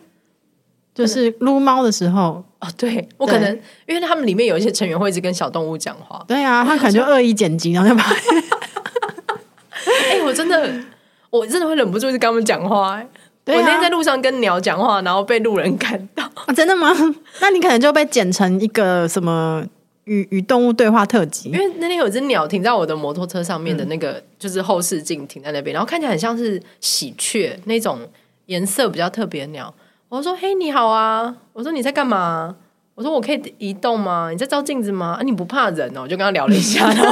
[SPEAKER 4] 就是撸猫的时候，
[SPEAKER 3] 哦。对我可能因为他们里面有一些成员会一直跟小动物讲话，
[SPEAKER 4] 对啊，他可能就恶意剪辑，然后就把
[SPEAKER 3] 哎、我真的我真的会忍不住一直跟他们讲话、哎
[SPEAKER 4] 对啊
[SPEAKER 3] 我那天在路上跟鸟讲话，然后被路人看到，
[SPEAKER 4] 啊真的吗？ 那你可能就被剪成一个什么与与动物对话特辑
[SPEAKER 3] 因。为那天有一只鸟停在我的摩托车上
[SPEAKER 4] 嗯
[SPEAKER 3] 面的那个，就是后视镜停在那边，然后看起来很像是喜鹊那种颜色比较特别的鸟。我说：“嘿，你好啊！”我说：“你在干嘛？”我说：“我可以移动吗？你在照镜子吗？啊，你不怕人哦？”我就跟他聊了一 下。然后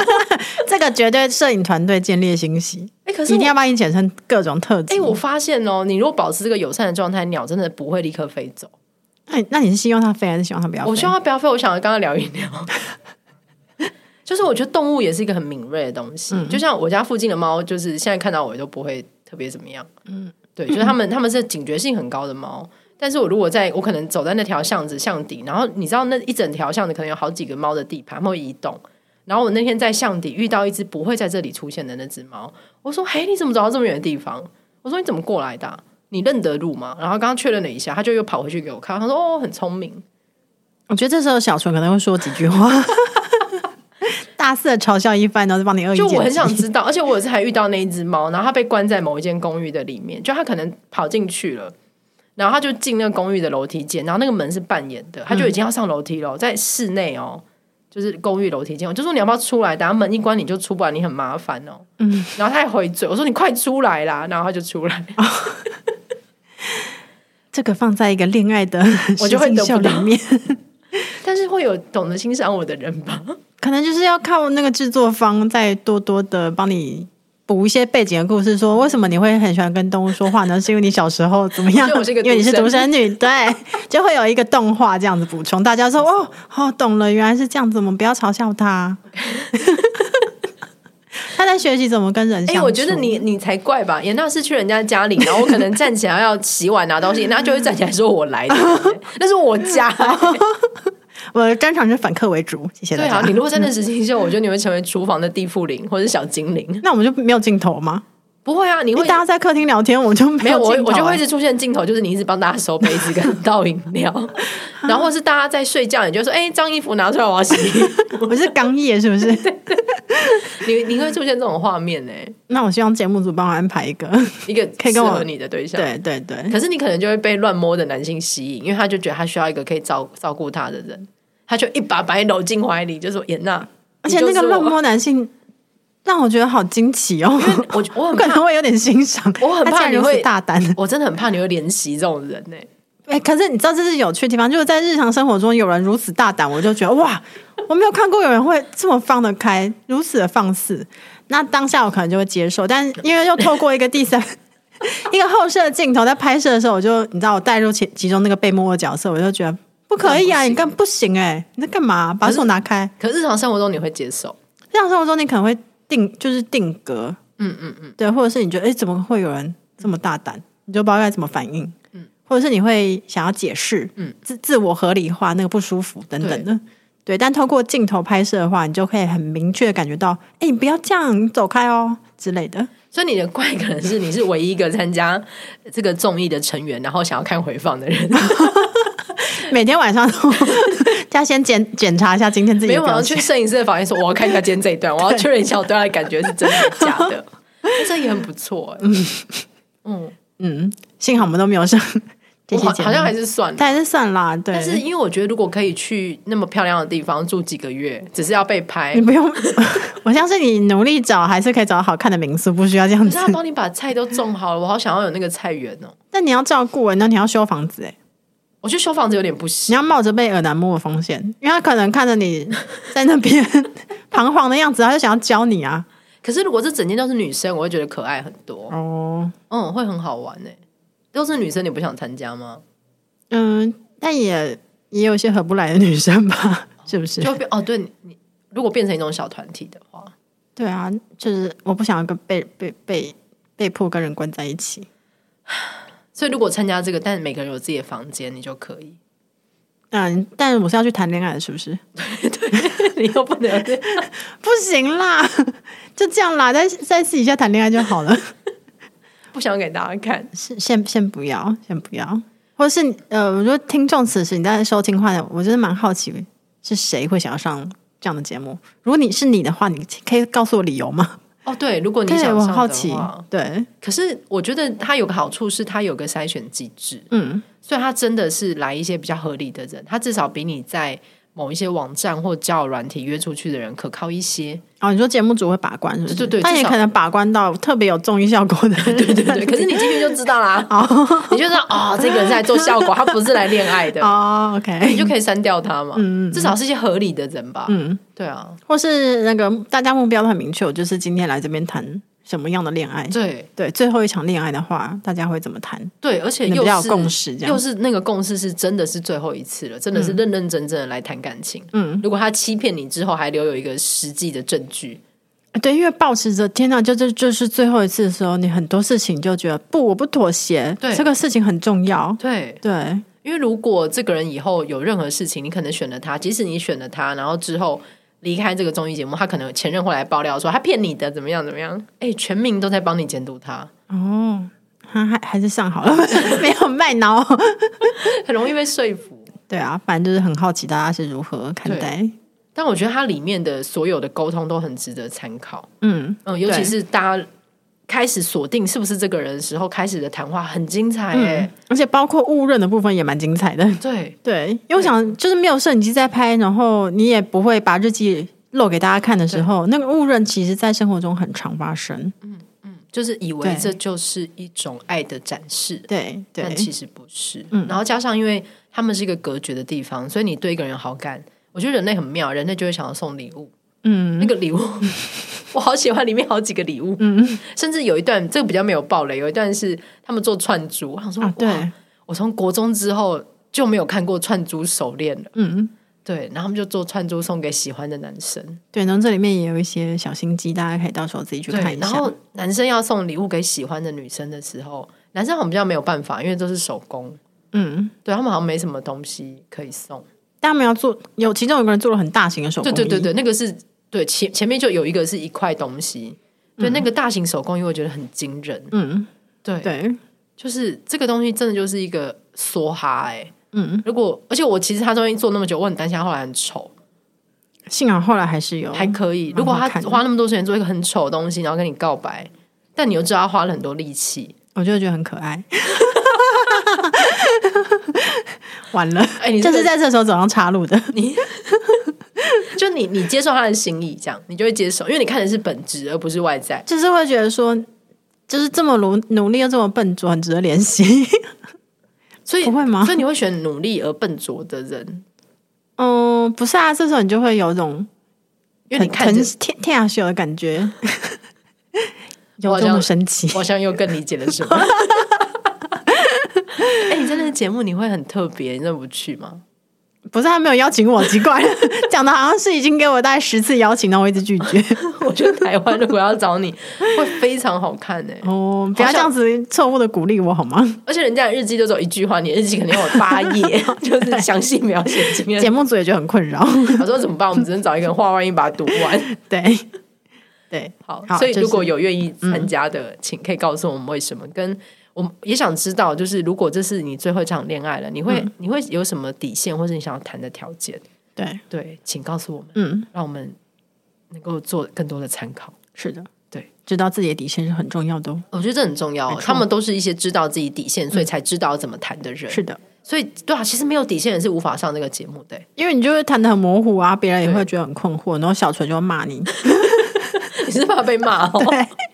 [SPEAKER 4] 这个绝对摄影团队建立欣喜，
[SPEAKER 3] 哎、可
[SPEAKER 4] 一
[SPEAKER 3] 是
[SPEAKER 4] 定
[SPEAKER 3] 我
[SPEAKER 4] 要把你剪成各种特辑。
[SPEAKER 3] 哎、我发现哦，你如果保持这个友善的状态，鸟真的不会立刻飞走。
[SPEAKER 4] 那你那你是希望它飞还是希望它不要飞？
[SPEAKER 3] 我希望它不要飞，我想要跟它聊一聊。 就是我觉得动物也是一个很敏锐的东西，就像我家附近的猫，就是现在看到我都不会特别怎么样。嗯，对，就是它们 它们是警觉性很高的猫。但是我如果在我可能走在那条巷子巷底，然后你知道那一整条巷子可能有好几个猫的地盘它们会移动。然后我那天在巷底遇到一只不会在这里出现的那只猫，我说：“嘿，你怎么走到这么远的地方？”我说：“你怎么过来的啊、你认得路吗？”然后刚刚确认了一下，它就又跑回去给我看，它说：“哦，很聪明。”
[SPEAKER 4] 我觉得这时候小纯可能会说几句话， 大肆的嘲笑一番，然后再帮你恶意
[SPEAKER 3] 就
[SPEAKER 4] 剪辑
[SPEAKER 3] 我很想知道，而且我有次还遇到那一只猫，然后它被关在某一间公寓的里面，就它可能跑进去了，然后它就进那个公寓的楼梯间，然后那个门是半掩的，它就已经要上楼梯了，在室内哦，就是公寓楼梯间，我就说你要不要出来？等下门一关你就出不来，你很麻烦哦。嗯，然后它还回嘴，我说你快出来啦，然后它就出 来，
[SPEAKER 4] 这个放在一个恋爱的
[SPEAKER 3] 我就会
[SPEAKER 4] 实境
[SPEAKER 3] 得不
[SPEAKER 4] 秀里
[SPEAKER 3] 到
[SPEAKER 4] 面，
[SPEAKER 3] 但是会有懂得欣赏我的人 吧？
[SPEAKER 4] 可能就是要靠那个制作方再多多的帮你补一些背景的故事，说为什么你会很喜欢跟动物说话呢？是因为你小时候怎么样？
[SPEAKER 3] 因为我是一个
[SPEAKER 4] 因为你是
[SPEAKER 3] 独
[SPEAKER 4] 独
[SPEAKER 3] 生
[SPEAKER 4] 生女，对，就会有一个动画这样子补充，大家说哦，哦，懂了，原来是这样子，我们不要嘲笑他。 他在学习怎么跟人
[SPEAKER 3] 哎、
[SPEAKER 4] 相处。
[SPEAKER 3] 我觉得你你才怪吧？严娜是去人家家里，然后我可能站起来要洗碗拿东西，那就会站起来说我来的，那是我 家、
[SPEAKER 4] 我的专长是反客为主，谢谢大
[SPEAKER 3] 对
[SPEAKER 4] 家。
[SPEAKER 3] 啊，你如果真的实境秀，我觉得你会成为厨房的地缚灵或者是小精灵。
[SPEAKER 4] 那我们就没有镜头吗？
[SPEAKER 3] 不会啊，你
[SPEAKER 4] 因
[SPEAKER 3] 会
[SPEAKER 4] 为大家在客厅聊天，我就
[SPEAKER 3] 没
[SPEAKER 4] 没
[SPEAKER 3] 有
[SPEAKER 4] 有
[SPEAKER 3] 我
[SPEAKER 4] 镜头啊
[SPEAKER 3] 我就会一直出现镜头，就是你一直帮大家收杯子跟倒饮 料，然后或是大家在睡觉，你就说哎，脏、衣服拿出来我要洗。
[SPEAKER 4] 我是刚毅，是不是？
[SPEAKER 3] 你你会出现这种画面呢、
[SPEAKER 4] 那我希望节目组帮我安排一个。
[SPEAKER 3] 一个
[SPEAKER 4] 可
[SPEAKER 3] 适
[SPEAKER 4] 以跟我
[SPEAKER 3] 合你的对象。
[SPEAKER 4] 对对对，
[SPEAKER 3] 可是你可能就会被乱摸的男性吸引，因为他就觉得他需要一个可以照照顾他的人，他就一把把你搂进怀里，就说严娜，
[SPEAKER 4] 而且那
[SPEAKER 3] 你就
[SPEAKER 4] 个
[SPEAKER 3] 是我
[SPEAKER 4] 乱，摸男性让我觉得好惊奇哦，
[SPEAKER 3] 我 我
[SPEAKER 4] 我
[SPEAKER 3] 很
[SPEAKER 4] 可
[SPEAKER 3] 怕
[SPEAKER 4] 能，会有点欣赏。
[SPEAKER 3] 我很
[SPEAKER 4] 他竟
[SPEAKER 3] 怕
[SPEAKER 4] 然
[SPEAKER 3] 你
[SPEAKER 4] 如
[SPEAKER 3] 会
[SPEAKER 4] 此大胆。
[SPEAKER 3] 我真的很怕你会怜惜这种人呢、欸
[SPEAKER 4] 哎、可是你知道这是有趣的地方，就是在日常生活中有人如此大胆，我就觉得 哇，我没有看过有人会这么放得开，如此的放肆。那当下我可能就会接受，但因为又透过一个第 三一个后摄镜头在拍摄的时候，我就你知道我带入其其中那个被摸的角色，我就觉得不可以啊，
[SPEAKER 3] 这样不行
[SPEAKER 4] 你干不行哎、你在干嘛？把手拿开。
[SPEAKER 3] 可日常生活中你会接受，
[SPEAKER 4] 日常生活中你可能会定就是定格，
[SPEAKER 3] 嗯嗯嗯，
[SPEAKER 4] 对，或者是你觉得哎、诶怎么会有人这么大胆？你就不知道该怎么反应，嗯，或者是你会想要解释，
[SPEAKER 3] 嗯
[SPEAKER 4] 嗯，自自我合理化那个不舒服等等的，对。但透过镜头拍摄的话，你就可以很明确的感觉到，哎、你不要这样，你走开哦之类的。
[SPEAKER 3] 所以你的怪可能是你是唯一一个参加这个综艺的成员，然后想要看回放的 人，
[SPEAKER 4] 每天晚上都 要先检检查一下今天自己
[SPEAKER 3] 没
[SPEAKER 4] 的
[SPEAKER 3] 有我
[SPEAKER 4] 表
[SPEAKER 3] 要
[SPEAKER 4] 情
[SPEAKER 3] 去。摄影师的房间说我要看一下今天这一段，我要确认一下我对他的感觉是真的假 的，哎这也很不错、欸，嗯，
[SPEAKER 4] 嗯，幸好我们都没有上这
[SPEAKER 3] 我
[SPEAKER 4] 些
[SPEAKER 3] 好
[SPEAKER 4] 节目，
[SPEAKER 3] 好像还是算了。
[SPEAKER 4] 但还是算啦，对。
[SPEAKER 3] 但是因为我觉得，如果可以去那么漂亮的地方住几个月，只是要被拍
[SPEAKER 4] 哎你，不用， 我相信你努力找，还是可以找到好看的民宿，不需要这样
[SPEAKER 3] 可
[SPEAKER 4] 子
[SPEAKER 3] 是。他帮你把菜都种好了，我好想要有那个菜园哦。
[SPEAKER 4] 但你要照顾欸人，那你要修房子哎，
[SPEAKER 3] 我觉得修房子有点不
[SPEAKER 4] 你
[SPEAKER 3] 行，
[SPEAKER 4] 要冒着被耳男摸的风险，因为他可能看着你在那边 彷徨的样子，他就想要教你啊。
[SPEAKER 3] 可是如果这整间都是女生，我会觉得可爱很多，
[SPEAKER 4] 哦，
[SPEAKER 3] 嗯，会很好玩诶、都是女生，你不想参加吗？
[SPEAKER 4] 嗯，但也也有一些合不来的女生吧， 是不是
[SPEAKER 3] 就？会变哦，对你，你如果变成一种小团体的话，
[SPEAKER 4] 对啊，就是我不想要个被被被被迫跟人关在一起。
[SPEAKER 3] 所以如果参加这个，但每个人有自己的房间，你就可以。
[SPEAKER 4] 嗯，但我是要去谈恋爱的，是不是？
[SPEAKER 3] 你又不能这样，
[SPEAKER 4] 不行啦， 就这样啦，在在私底下谈恋爱就好了。
[SPEAKER 3] 不想给大家看。
[SPEAKER 4] 是先先不要，先不要，或者是呃，我觉得听众此时你在收听的话，我真的蛮好奇是谁会想要上这样的节目。如果你是你的话，你可以告诉我理由吗？
[SPEAKER 3] 哦，对，如果 你
[SPEAKER 4] 对，
[SPEAKER 3] 想
[SPEAKER 4] 我
[SPEAKER 3] 上
[SPEAKER 4] 很好
[SPEAKER 3] 的
[SPEAKER 4] 奇
[SPEAKER 3] 话，
[SPEAKER 4] 对，
[SPEAKER 3] 可是我觉得它有个好处是它有个筛选机制，
[SPEAKER 4] 嗯，
[SPEAKER 3] 所以它真的是来一些比较合理的人，他至少比你在某一些网站或交友软体约出去的人可靠一些。
[SPEAKER 4] 哦，你说节目组会把关是不是？
[SPEAKER 3] 对对对
[SPEAKER 4] 但也
[SPEAKER 3] 至少
[SPEAKER 4] 可能把关到特别有综艺效果的，对对
[SPEAKER 3] 对，可是你进去就知道啦，你就知道哦，这个人是来做效果，他不是来恋爱的，
[SPEAKER 4] 哦
[SPEAKER 3] 你
[SPEAKER 4] ，OK，
[SPEAKER 3] 就可以删掉他嘛。
[SPEAKER 4] 嗯嗯嗯
[SPEAKER 3] 至少是一些合理的人吧。
[SPEAKER 4] 嗯，
[SPEAKER 3] 对啊，
[SPEAKER 4] 或是那个大家目标都很明确，我就是今天来这边谈什么样的恋爱。
[SPEAKER 3] 对
[SPEAKER 4] 对，最后一场恋爱的话，大家会怎么谈？
[SPEAKER 3] 对，而且
[SPEAKER 4] 你
[SPEAKER 3] 又
[SPEAKER 4] 比较有
[SPEAKER 3] 是
[SPEAKER 4] 共识这样
[SPEAKER 3] 又是那个共识是真的是最后一次了，真的是认认真真的来谈感情。
[SPEAKER 4] 嗯，
[SPEAKER 3] 如果他欺骗你之后，还留有一个实际的证据，
[SPEAKER 4] 对，因为保持着天哪，就这就是最后一次的时候，你很多事情就觉得不，我不妥协，
[SPEAKER 3] 对
[SPEAKER 4] 这个事情很重要。
[SPEAKER 3] 对，
[SPEAKER 4] 对，
[SPEAKER 3] 因为如果这个人以后有任何事情，你可能选了他，即使你选了他，然后之后离开这个综艺节目，他可能前任会来爆料说他骗你的，怎么样怎么样？哎，全民都在帮你监督他，
[SPEAKER 4] 哦，还还还是上好了， 没有卖脑。
[SPEAKER 3] 很容易被说服。
[SPEAKER 4] 对啊，反正就是很好奇大家是如何看待。
[SPEAKER 3] 但我觉得它里面的所有的沟通都很值得参考，
[SPEAKER 4] 嗯，
[SPEAKER 3] 嗯，尤其
[SPEAKER 4] 对
[SPEAKER 3] 是大家开始锁定是不是这个人的时候，开始的谈话很精彩、
[SPEAKER 4] 嗯
[SPEAKER 3] 哎、
[SPEAKER 4] 而且包括误认的部分也蛮精彩的。
[SPEAKER 3] 对，
[SPEAKER 4] 对，因为我想就是没有摄影机在拍，然后你也不会把日记露给大家看的时候，那个误认其实在生活中很常发生。
[SPEAKER 3] 就是以为
[SPEAKER 4] 对
[SPEAKER 3] 这就是一种爱的展示，
[SPEAKER 4] 对对
[SPEAKER 3] 但，其实不是。
[SPEAKER 4] 嗯
[SPEAKER 3] 然后加上，因为他们是一个隔绝的地方，所以你对一个人有好感，我觉得人类很妙，人类就会想要送礼物。
[SPEAKER 4] 嗯
[SPEAKER 3] 那个 礼物，我好喜欢，里面好几个礼物，
[SPEAKER 4] 嗯
[SPEAKER 3] 甚至有一段这个比较没有爆雷，有一段是他们做串珠，我想说，
[SPEAKER 4] 啊，对，
[SPEAKER 3] 哇我从国中之后就没有看过串珠手链了。
[SPEAKER 4] 嗯
[SPEAKER 3] 对，然后他们就做串珠送给喜欢的男生，
[SPEAKER 4] 对，然后这里面也有一些小心机，大家可以到时候自己去看
[SPEAKER 3] 对，
[SPEAKER 4] 一
[SPEAKER 3] 然
[SPEAKER 4] 下
[SPEAKER 3] 后。男生要送礼物给喜欢的女生的时候，男生好像比较没有办法，因为都是手工，
[SPEAKER 4] 嗯，
[SPEAKER 3] 对他们好像没什么东西可以送。
[SPEAKER 4] 但他们要做，有其中有个人做了很大型的手工
[SPEAKER 3] 对
[SPEAKER 4] 艺，
[SPEAKER 3] 对对对，那个是对前前面就有一个是一块东西，对、那个大型手工艺，我觉得很惊人。
[SPEAKER 4] 嗯，
[SPEAKER 3] 对，
[SPEAKER 4] 对，
[SPEAKER 3] 就是这个东西真的就是一个梭哈哎、欸
[SPEAKER 4] 嗯，
[SPEAKER 3] 如果而且我其实他东西做那么久，我很担心他后来很丑，
[SPEAKER 4] 幸好后来还是有，
[SPEAKER 3] 还可以。如果他
[SPEAKER 4] 哦蛮好看的
[SPEAKER 3] 花那么多时间做一个很丑的东西，然后跟你告白，但你又知道他花了很多力气，
[SPEAKER 4] 我就觉得很可爱。完了，
[SPEAKER 3] 哎你这
[SPEAKER 4] 就
[SPEAKER 3] 个
[SPEAKER 4] 是在这时候走上岔路的，
[SPEAKER 3] 就你你接受他的心意，这样你就会接受，因为你看的是本质而不是外在。
[SPEAKER 4] 就是会觉得说，就是这么努努力又这么笨拙，很值得怜惜。
[SPEAKER 3] 所以
[SPEAKER 4] 不会吗
[SPEAKER 3] 所以你会选努力而笨拙的人，
[SPEAKER 4] 嗯，不是啊，这时候你就会有种
[SPEAKER 3] 因为
[SPEAKER 4] 很
[SPEAKER 3] 你看着
[SPEAKER 4] 疼天天下秀的感觉，由
[SPEAKER 3] 好
[SPEAKER 4] 衷的
[SPEAKER 3] 像
[SPEAKER 4] 生气
[SPEAKER 3] 我。好像又更理解了 什么。哎、你在那个节目你会很特别，你真的不去吗？
[SPEAKER 4] 不是他没有邀请我，奇 怪，讲的好像是已经给我大概十次邀请，但我一直拒绝。
[SPEAKER 3] 我觉得台湾如果要找你，会非常好看哎、
[SPEAKER 4] 哦，不要这样子错误的鼓励我好吗？
[SPEAKER 3] 而且人家的日记就只有一句话，你的日记肯定有八 页，就是详细描写今天
[SPEAKER 4] 节。目组也觉得很困 扰。
[SPEAKER 3] 我说怎么办？我们只能找一个人画，万一把它读完。
[SPEAKER 4] 对，对，
[SPEAKER 3] 好，嗯
[SPEAKER 4] 好
[SPEAKER 3] 所以
[SPEAKER 4] 就是
[SPEAKER 3] 如果有愿意参加的，请可以告诉我们为什么。跟我们也想知道，就是如果这是你最后一场恋爱了，你会、你会有什么底线，或是你想要谈的条件？
[SPEAKER 4] 对，
[SPEAKER 3] 对，请告诉我们。
[SPEAKER 4] 嗯，
[SPEAKER 3] 让我们能够做更多的参考。
[SPEAKER 4] 是的，
[SPEAKER 3] 对，
[SPEAKER 4] 知道自己的底线是很重要的哦。
[SPEAKER 3] 我觉得这很重要哦、
[SPEAKER 4] 没错
[SPEAKER 3] 他们都是一些知道自己底线，所以才知道怎么谈嗯的人。
[SPEAKER 4] 是，的，
[SPEAKER 3] 所以对啊，其实没有底线人是无法上这个节目的、
[SPEAKER 4] 因为你就会谈的很模糊啊，别人也
[SPEAKER 3] 对
[SPEAKER 4] 会觉得很困惑，然后小纯就会骂你，
[SPEAKER 3] 你是怕被骂哦。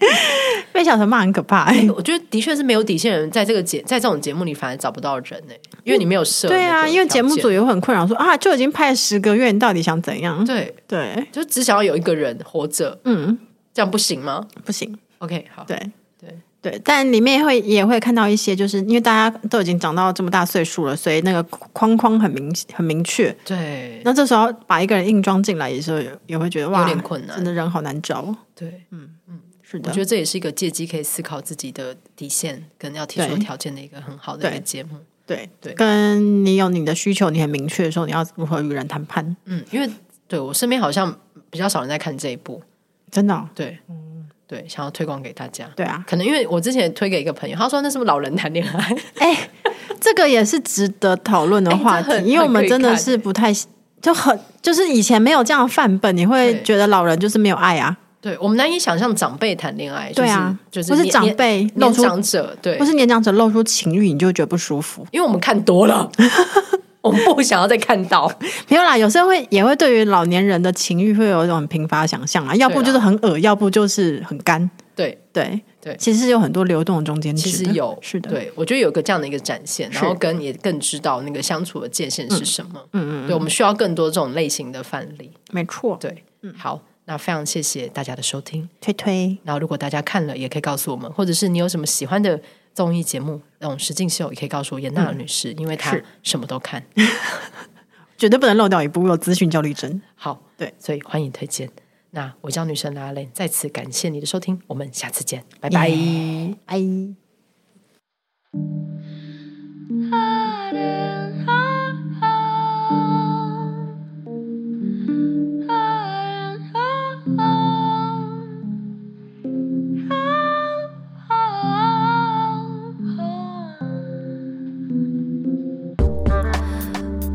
[SPEAKER 4] 被小纯骂很可怕、 欸。
[SPEAKER 3] 我觉得的确是没有底线人，在这个节在这种节目里反而找不到人呢、欸因为你没有设
[SPEAKER 4] 对
[SPEAKER 3] 那
[SPEAKER 4] 啊，
[SPEAKER 3] 个
[SPEAKER 4] 因为节目
[SPEAKER 3] 条
[SPEAKER 4] 组
[SPEAKER 3] 件
[SPEAKER 4] 也会很困扰，说啊，就已经拍了十个月，你到底想怎样？
[SPEAKER 3] 对，
[SPEAKER 4] 对，
[SPEAKER 3] 就只想要有一个人活着，
[SPEAKER 4] 嗯，
[SPEAKER 3] 这样不行吗
[SPEAKER 4] 不行，
[SPEAKER 3] ？OK，好，
[SPEAKER 4] 对
[SPEAKER 3] 对
[SPEAKER 4] 对，但里面会也会看到一些，就是因为大家都已经长到这么大岁数了，所以那个框框很明很明确。
[SPEAKER 3] 对
[SPEAKER 4] 那这时候把一个人硬装进来，有时候也也会觉得哇，
[SPEAKER 3] 有点困难
[SPEAKER 4] 真的人好难找。哦
[SPEAKER 3] 对，嗯嗯，
[SPEAKER 4] 是的，
[SPEAKER 3] 我觉得这也是一个借机可以思考自己的底线跟要提出的条件的一个很好的一个
[SPEAKER 4] 嗯对
[SPEAKER 3] 节目。
[SPEAKER 4] 对
[SPEAKER 3] 对
[SPEAKER 4] 跟你有你的需求，你很明确的时候，你要如何与人谈判？
[SPEAKER 3] 嗯，因为对我身边好像比较少人在看这一部，
[SPEAKER 4] 真的哦、
[SPEAKER 3] 对，对，想要推广给大家。
[SPEAKER 4] 对 啊，
[SPEAKER 3] 可能因为我之前也推给一个朋友，他说那是不是老人谈恋爱？
[SPEAKER 4] 哎，这个也是值得讨论的话题，
[SPEAKER 3] 哎这很
[SPEAKER 4] 因为我们真的
[SPEAKER 3] 很可以
[SPEAKER 4] 是不太就很就是以前没有这样的范本，你会
[SPEAKER 3] 对
[SPEAKER 4] 觉得老人就是没有爱啊，
[SPEAKER 3] 对我们难以想象长辈谈恋爱，
[SPEAKER 4] 对啊，
[SPEAKER 3] 就是
[SPEAKER 4] 或
[SPEAKER 3] 就是是
[SPEAKER 4] 长
[SPEAKER 3] 年
[SPEAKER 4] 辈露
[SPEAKER 3] 年
[SPEAKER 4] 出，
[SPEAKER 3] 长者，对，
[SPEAKER 4] 或是年长者露出情欲，你就会觉得不舒服。
[SPEAKER 3] 因为我们看多了， 我们不想要再看到。
[SPEAKER 4] 没有啦，有时候会也会对于老年人的情欲会有一种很贫乏的想象啊，要不就是很恶，要不就是很干。
[SPEAKER 3] 对，
[SPEAKER 4] 对
[SPEAKER 3] 对
[SPEAKER 4] 其实有很多流动的中间值
[SPEAKER 3] 其
[SPEAKER 4] 的，
[SPEAKER 3] 实有，
[SPEAKER 4] 是的，
[SPEAKER 3] 对我觉得有个这样的一个展现，
[SPEAKER 4] 是
[SPEAKER 3] 然后跟也更知道那个相处的界限是什么。
[SPEAKER 4] 嗯嗯嗯，
[SPEAKER 3] 对，我们需要更多这种类型的范例。
[SPEAKER 4] 没错，
[SPEAKER 3] 对，好，那非常谢谢大家的收听。
[SPEAKER 4] 推推，
[SPEAKER 3] 然后如果大家看了，也可以告诉我们，或者是你有什么喜欢的综艺节目，那种实境秀，也可以告诉严娜女士，因为她
[SPEAKER 4] 嗯是
[SPEAKER 3] 什么都看。
[SPEAKER 4] 绝对不能漏掉一步，我有资讯焦虑症。
[SPEAKER 3] 好，
[SPEAKER 4] 对
[SPEAKER 3] 所以欢迎推荐。那我叫女神拉蕾，再次感谢你的收听，我们下次见，拜拜。
[SPEAKER 4] 拜。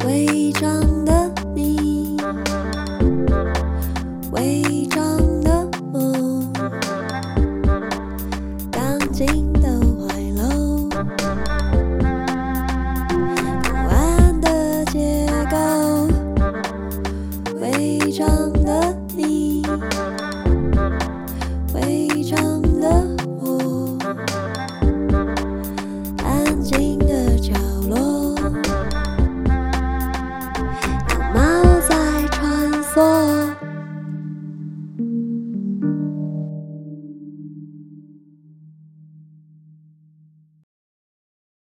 [SPEAKER 2] 伪装的你，伪装的我，钢筋的怀楼，不安的结构，伪装